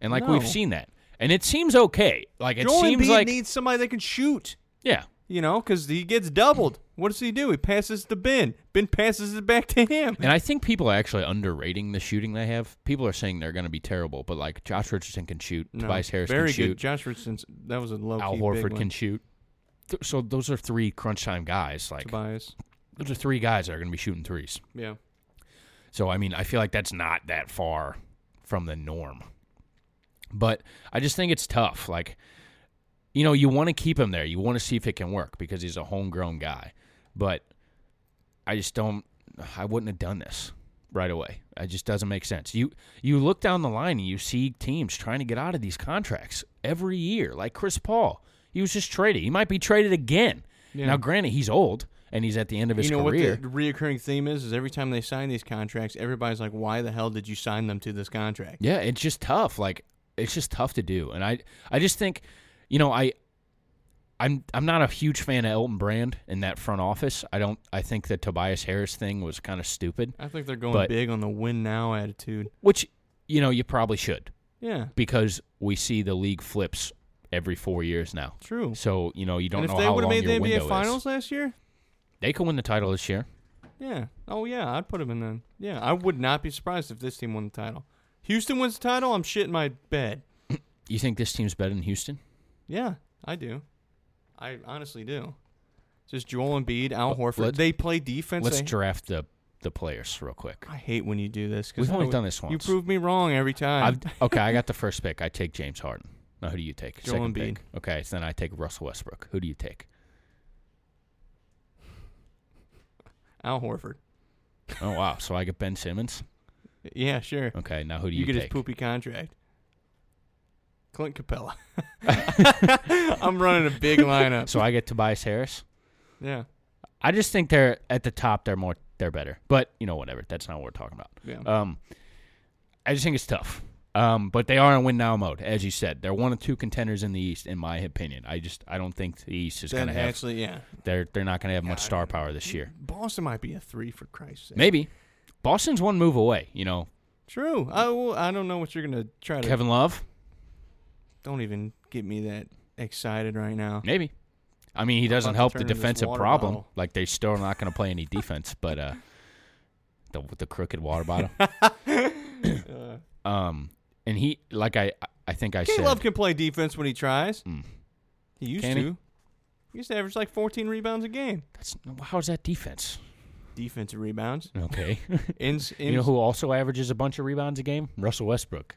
and like
No.
we've seen that, and it seems okay. Like it
Joel
seems
Embiid
like
needs somebody that can shoot.
yeah,
You know, because he gets doubled. What does he do? He passes to Ben. Ben passes it back to him.
And I think people are actually underrating the shooting they have. People are saying they're going to be terrible, but like Josh Richardson can shoot,
No,
Tobias Harris
very
can
good.
shoot,
Josh Richardson's that was a low.
Al Horford can shoot. Th- So those are three crunch time guys. Like
Tobias.
those are three guys that are going to be shooting threes.
Yeah.
So I mean, I feel like that's not that far from the norm. But I just think it's tough. Like, you know, you want to keep him there. You want to see if it can work because he's a homegrown guy. But I just don't. I wouldn't have done this right away. It just doesn't make sense. You you look down the line and you see teams trying to get out of these contracts every year. Like Chris Paul, he was just traded. He might be traded again.
Yeah.
Now, granted, he's old and he's at the end of his
You know
career.
what the reoccurring theme is? Is every time they sign these contracts, everybody's like, "Why the hell did you sign them to this contract?"
Yeah, it's just tough. Like it's just tough to do. And I I just think, you know, I I'm I'm not a huge fan of Elton Brand in that front office. I don't I think the Tobias Harris thing was kind of stupid,
I think they're going
But-
big on the win now attitude.
which you know, you probably should
Yeah,
because we see the league flips every 4 years now.
true.
So, you know, you don't
and
know
if they
how
would
long
have made
your
the
window
NBA Finals
is.
last year,
They could win the title this year.
Yeah. Oh yeah, I'd put him in then. Yeah, I would not be surprised if this team won the title. Houston wins the title, I'm shitting my bed.
You think this team's better than Houston?
Yeah, I do. I honestly do. Just Joel Embiid, Al
Well,
Horford.
let's-
they play defense.
Let's
they-
draft the the players real quick.
I hate when you do this. 'cause
We've
I
only
would-
done this
You
once.
prove me wrong every time.
I've, okay, I got the first pick. I take James Harden. Now, who do you take?
Joel
Second
Embiid.
pick. Okay, so then I take Russell Westbrook. Who do you take?
Al Horford.
Oh wow, so I get Ben Simmons.
Yeah, sure.
Okay, now who do
you,
you,
get
take?
his poopy contract. Clint Capella. I'm running a big lineup.
So I get Tobias Harris.
yeah.
I just think they're at the top. They're more. They're better. But you know, whatever. That's not what we're talking about.
Yeah.
Um, I just think it's tough. Um, but they are in win now mode, as you said. They're one of two contenders in the East, in my opinion. I just I don't think the East is going
Then
to have.
actually, yeah.
they're they're not going to have much star power this year.
Boston might be a three for Christ's sake.
Maybe. Boston's one move away. You know,
True. I, will, I don't know what you're gonna try to.
Kevin Love.
Don't even get me that excited right now.
Maybe. I mean, he doesn't
about to
help the
turn into this
defensive
water
problem.
bottle.
Like they're still not going to play any defense, but uh, the with the crooked water bottle. um, and he like I I think I
K
said
Love can play defense when he tries.
Mm.
He used
Can
to.
he?
He? used to average like 14 rebounds a game.
that's how is that defense?
Defensive rebounds.
Okay.
Ins,
you know who also averages a bunch of rebounds a game? Russell Westbrook.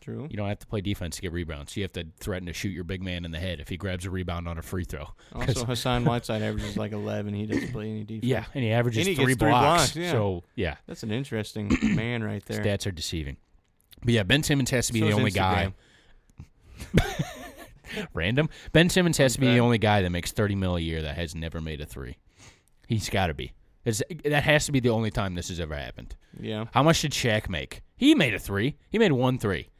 True.
You don't have to play defense to get rebounds. You have to threaten to shoot your big man in the head if he grabs a rebound on a free throw. 'Cause-
Also, Hassan Whiteside averages like 11. He doesn't play any defense.
yeah, and he averages
And he gets
three,
three
blocks.
blocks, yeah.
So yeah,
That's an interesting man right there.
stats are deceiving. But yeah, Ben Simmons has to be
So
the
is
only guy.
Instagram.
Random. Ben Simmons has to be the
fact.
only guy that makes thirty mil a year that has never made a three. He's got to be. It's, that has to be the only time this has ever happened.
Yeah.
How much did Shaq make? He made a three. He made one three.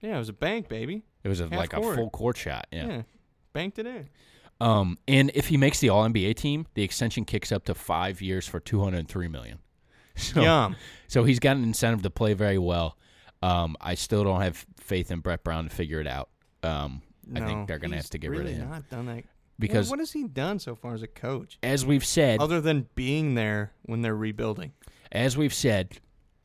Yeah, it was a bank, baby.
It was a,
Half
like
court.
a full court shot. Yeah.
Banked it in.
Um. And if he makes the All NBA team, the extension kicks up to five years for two hundred three million. So,
Yum.
So he's got an incentive to play very well. Um, I still don't have faith in Brett Brown to figure it out. Um, I think they're going to
he's
have to get
really
rid of him
Not done that
because,
what has he done so far as a coach,
as we've said,
other than being there when they're rebuilding?
as we've said,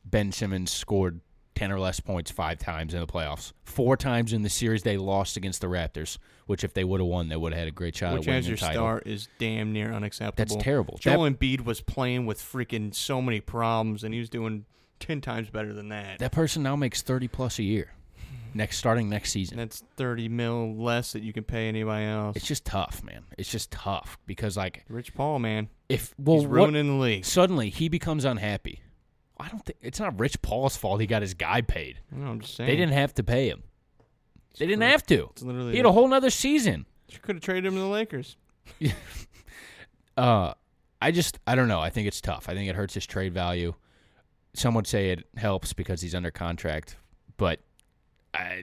Ben Simmons scored ten or less points five times in the playoffs, four times in the series they lost against the Raptors. Which, if they would have won, they would have had a great shot
Which,
at winning
as your
the title.
star, is damn near unacceptable.
terrible.
Joel Embiid was playing with freaking so many problems, and he was doing ten times better than that.
That person now makes thirty plus a year, next starting next season.
That's thirty mil less that you can pay anybody else.
It's just tough, man. It's just tough because like
Rich Paul, man,
if well,
he's
what-
ruining the league.
suddenly he becomes unhappy. I don't think it's not Rich Paul's fault. He got his guy paid.
No, I'm just saying
They didn't have to pay him. They didn't
correct.
have to.
It's literally
he had a whole nother season.
could have traded him to the Lakers.
Uh, I just I don't know. I think it's tough. I think it hurts his trade value. Some would say it helps because he's under contract, but I,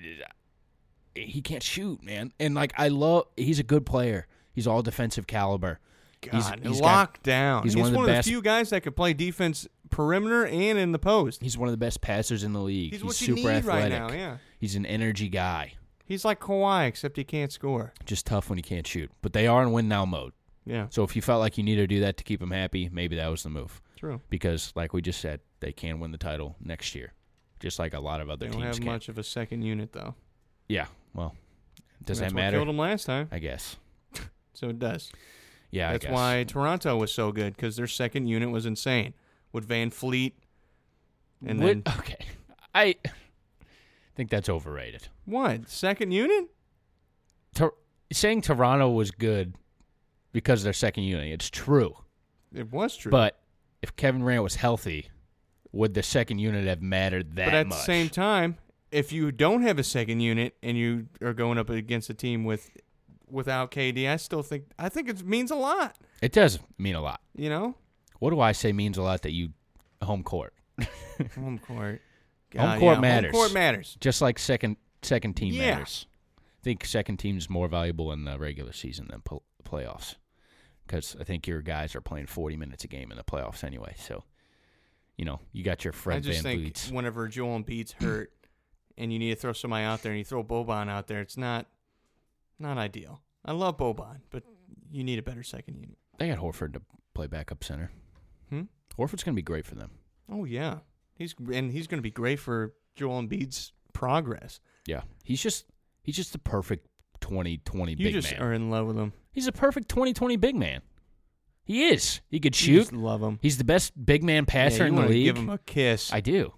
he can't shoot, man. And like I love, he's a good player. He's all defensive caliber.
God,
He's- he's got-
locked down.
he's one of the best-
few guys that could play defense perimeter and in the post.
He's one of the best passers in the league.
He's
He's,
what you
super
need right
athletic.
now, yeah.
He's an energy guy.
He's like Kawhi, except he can't score.
Just tough when he can't shoot. But they are in win now mode.
Yeah,
So if you felt like you needed to do that to keep him happy, maybe that was the move.
true.
Because like we just said, they can win the title next year. Just like a lot of other
They
teams
don't have
can.
much of a second unit though.
Yeah. Well, does
That's
that
what
matter?
Killed him last time,
I guess.
so it does.
Yeah,
That's
I guess.
why Toronto was so good because their second unit was insane with Van Fleet. And
Would-
then
okay. I think that's overrated.
what? Second unit?
Tor- saying Toronto was good because of their second unit, it's true.
It was true.
But if Kevin Durant was healthy, would the second unit have mattered that
but at
much?
the same time, if you don't have a second unit and you are going up against a team with without KD, I still think I think it means a lot.
it does mean a lot.
You know,
What do I say means a lot that you home court?
home court.
Home court matters.
Home court matters.
Just like second second team
Yeah.
matters. I think second team's more valuable in the regular season than pl- playoffs because I think your guys are playing 40 minutes a game in the playoffs anyway. So, you know, you got your
I
Fred
just
Van
think
Vliet.
whenever Joel Embiid's hurt and you need to throw somebody out there and you throw Boban out there, it's not not ideal. I love Boban, but you need a better second unit.
They got Horford to play backup center.
Hmm?
Horford's going to be great for them.
Oh yeah, he's and he's going to be great for Joel Embiid's progress.
Yeah. He's just he's just the perfect 2020
You
big
just
man.
are in love with him.
He's a perfect 2020 big man. He is. He could
You
shoot.
just love him.
He's the best big man passer
Yeah, you
in the
wanna
league.
Give him a kiss.
I do.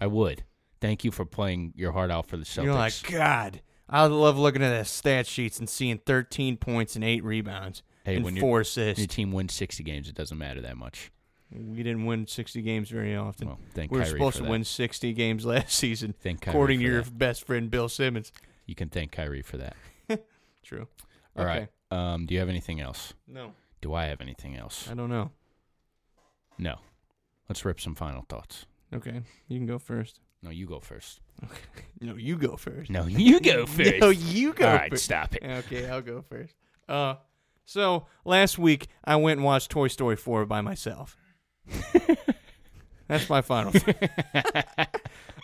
I would. Thank you for playing your heart out for the Celtics.
You're like God. I love looking at the stat sheets and seeing 13 points and eight rebounds
hey,
and
when
four
your,
assists.
your team wins 60 games, it doesn't matter that much.
We didn't win 60 games very often.
Well, thank
we were
Kyrie
supposed
for
to
that.
win 60 games last season,
Thank Kyrie
according
for
to your
that.
best friend Bill Simmons.
You can thank Kyrie for that.
True.
All right.
Okay.
Um, do you have anything else?
No,
Do I have anything else?
I don't know.
No. Let's rip some final thoughts.
Okay, you can go first.
No, you go first.
Okay. No, you go first.
No, you go first.
No, you go
All right,
first.
stop it.
Okay, I'll go first. Uh, so last week I went and watched Toy Story 4 by myself. That's my final.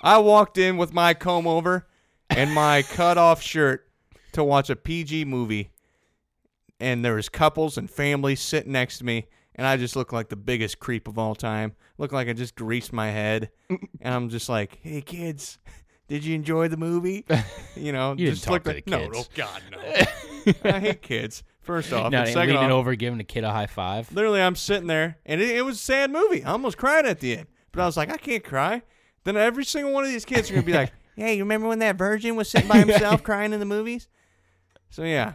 I walked in with my comb over and my cut off shirt to watch a PG movie, and there was couples and families sitting next to me, and I just looked like the biggest creep of all time. Looked like I just greased my head, and I'm just like, "Hey kids, did you enjoy the movie?" You know,
You didn't
just
talk
looked
to
like
the
no,
kids.
no, God, no. I hate kids. First off,
Now,
and
and
second
leaning
off,
over, giving the kid a high five.
Literally, I'm sitting there, and it, it was a sad movie. I almost cried at the end, but I was like, I can't cry. Then every single one of these kids are gonna be like, Hey, you remember when that virgin was sitting by himself crying in the movies? So yeah,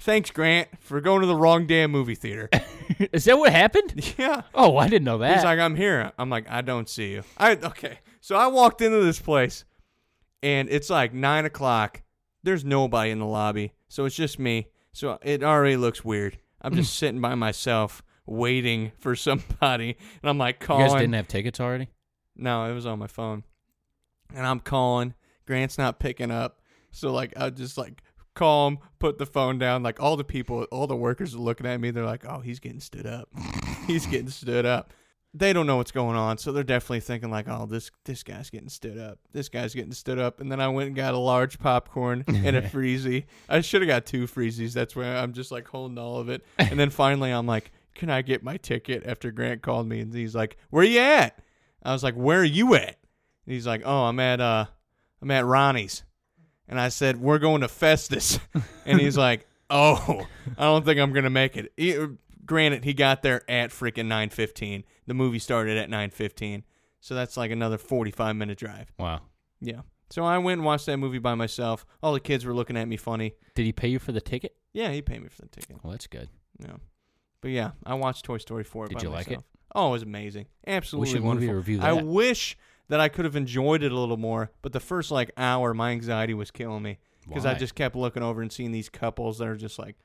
thanks Grant for going to the wrong damn movie theater.
Is that what happened?
Yeah,
Oh, I didn't know that.
he's like, I'm here. I'm like, I don't see you. I okay. So I walked into this place, and it's like nine o'clock. There's nobody in the lobby, so it's just me. So it already looks weird. I'm just sitting by myself, waiting for somebody, and I'm like
you
calling.
guys didn't have tickets already?
No, it was on my phone. And I'm calling. Grant's not picking up. So like I just like call him, put the phone down. Like all the people, all the workers are looking at me. They're like, "Oh, he's getting stood up. he's getting stood up." they don't know what's going on, so they're definitely thinking like, "Oh, this this guy's getting stood up. This guy's getting stood up." And then I went and got a large popcorn and a freezy. I should have got two freezies. That's why I'm just like holding all of it. And then finally, I'm like, "Can I get my ticket?" After Grant called me and he's like, "Where you at?" I was like, "Where are you at?" And he's like, "Oh, I'm at uh, I'm at Ronnie's." And I said, "We're going to Festus," and he's like, "Oh, I don't think I'm gonna make it." He- uh, granted, he got there at freaking 9:15. The movie started at 9:15, so that's like another 45 minute drive.
Wow.
Yeah. So I went and watched that movie by myself. All the kids were looking at me funny.
Did he pay you for the ticket?
Yeah, he paid me for the ticket.
Well, that's good.
Yeah. But yeah, I watched Toy Story 4
Did
by
you like it?
myself. Oh, it was amazing. Absolutely
movie
wonderful.
review
I
that.
wish that I could have enjoyed it a little more, but the first like hour my anxiety was killing me because I
Why?
just kept looking over and seeing these couples that are just like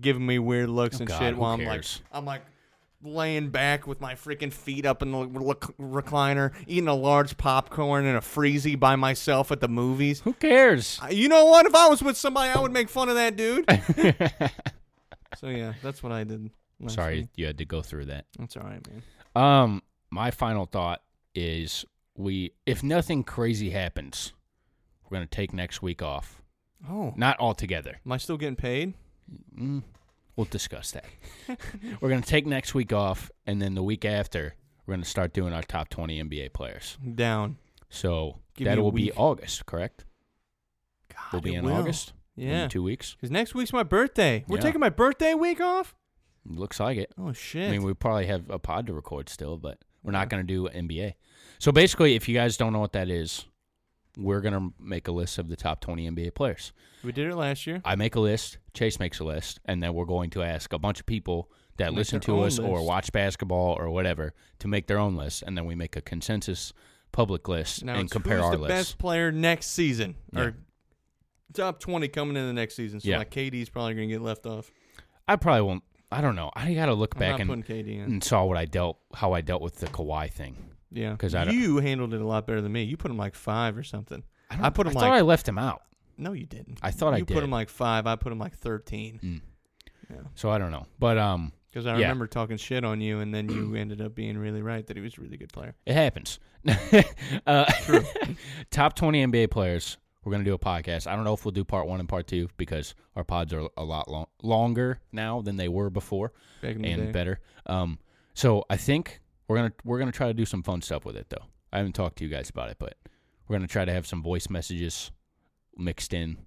giving me weird looks
Oh,
and
God,
shit
who
while
cares?
I'm like I'm like laying back with my freaking feet up in the rec- recliner eating a large popcorn and a freezy by myself at the movies.
Who cares?
I- You know what? If I was with somebody, I would make fun of that dude. so yeah, that's what I did. last
Sorry
week.
you had to go through that.
That's all right, man.
Um, my final thought is we if nothing crazy happens, we're gonna take next week off.
Oh,
Not altogether.
am I still getting paid?
Mm, we'll discuss that. we're gonna take next week off, and then the week after, we're gonna start doing our top twenty NBA players.
Down.
So
Give me
that
a
will be
week.
August, correct?
God,
we'll be
it
in
will.
August. in
Yeah.
two weeks.
Because next week's my birthday. We're
Yeah.
taking my birthday week off.
Looks like it.
Oh shit.
I mean, we probably have a pod to record still, but we're not going to do NBA. So basically, if you guys don't know what that is, we're going to make a list of the top 20 NBA players.
We did it last year.
I make a list, Chase makes a list, and then we're going to ask a bunch of people that
Make
listen
their
to
own
us or
list.
watch basketball or whatever to make their own list, and then we make a consensus public list
Now
and
it's
compare
who's
our
the
lists.
best player next season
Yeah.
or top twenty coming into the next season. So
Yeah.
like KD's probably gonna get left off.
I probably won't. I don't know. I got to look
I'm
back mm,
not
and,
putting KD in.
and saw what I dealt, how I dealt with the Kawhi thing.
Yeah,
'Cause I don't-
you handled it a lot better than me. You put him like five or something.
I,
I
don't-
put him
I
like
thought I left him out.
No, you didn't.
I thought I
You
did.
put him like five. I put him like thirteen.
Mm. So I don't know, but um,
Because I
Yeah.
remember talking shit on you, and then you ended up being really right that he was a really good player.
It happens. uh, top 20 NBA players. We're going to do a podcast. I don't know if we'll do part one and part two because our pods are a lot long, longer now than they were before
Back in the
and
day.
better. Um, so I think we're going to we're going to try to do some fun stuff with it though. I haven't talked to you guys about it, but we're going to try to have some voice messages mixed in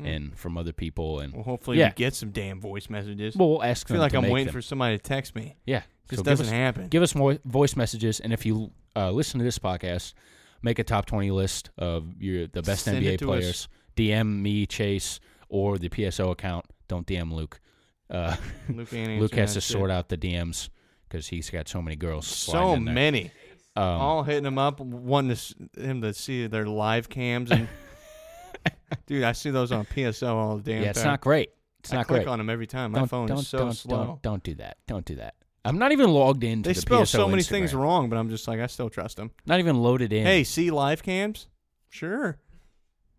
and from other people and
Hmm. Well, hopefully
Yeah.
we get some damn voice messages.
well, we'll ask
I feel
them
like
to
I'm
make
waiting
them.
for somebody to text me.
Yeah,
This
So give
doesn't
us-
happen.
Give us more voice messages, and if you uh, listen to this podcast, make a top twenty list of your the best
Send
NBA
it to us.
players. DM me, Chase, or the PSO account. Don't DM Luke. Uh,
Luke, ain't
Luke
answering
has to
that
sort
shit.
out the DMs because he's got so many girls.
So
sliding in there.
many.
Um,
All hitting him up, wanting to, s- him to see their live cams. and Dude, I see those on PSO all the damn
yeah, it's
time.
not great. It's
I
not
click
great.
on them every time. My phone
don't,
is so
don't,
slow.
Don't, don't do that. Don't do that. I'm not even logged into
they
the
spell
PSO
so many things
Instagram.
wrong, but I'm just like, I still trust them.
Not even loaded in.
Hey, see live cams? Sure.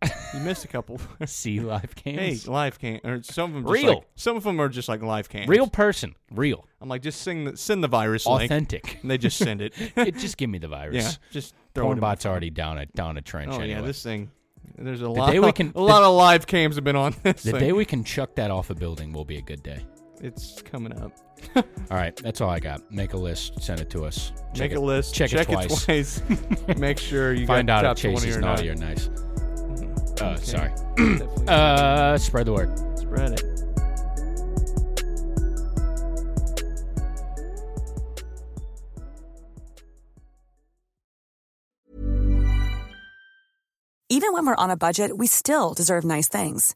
You missed a couple.
see live
hey,
cams.
live cam or some of them
Real.
Just like, some of them are just like live cams.
real person, real,
I'm like, just sing the, send the virus link,
authentic.
and they just send it.
it, just give me the virus.
yeah,
Yeah.
just throw it. in my
Pornbot's
phone.
already down a down a trench.
Oh
anyway.
yeah, this thing. There's a lot.
day we can-
a lot of live cams have been on this.
the
thing.
day we can chuck that off a building will be a good day.
it's coming up.
All right, that's all I got. Make a list, send it to us. Check
Make
it,
a list.
Check, it twice.
twice. Make sure you
Find
got
out if
top 20
Chase is
or
naughty
not. Mm-hmm.
or nice. Uh,
Okay.
Sorry.
Definitely
Uh, spread the word.
spread it.
Even when we're on a budget, we still deserve nice things.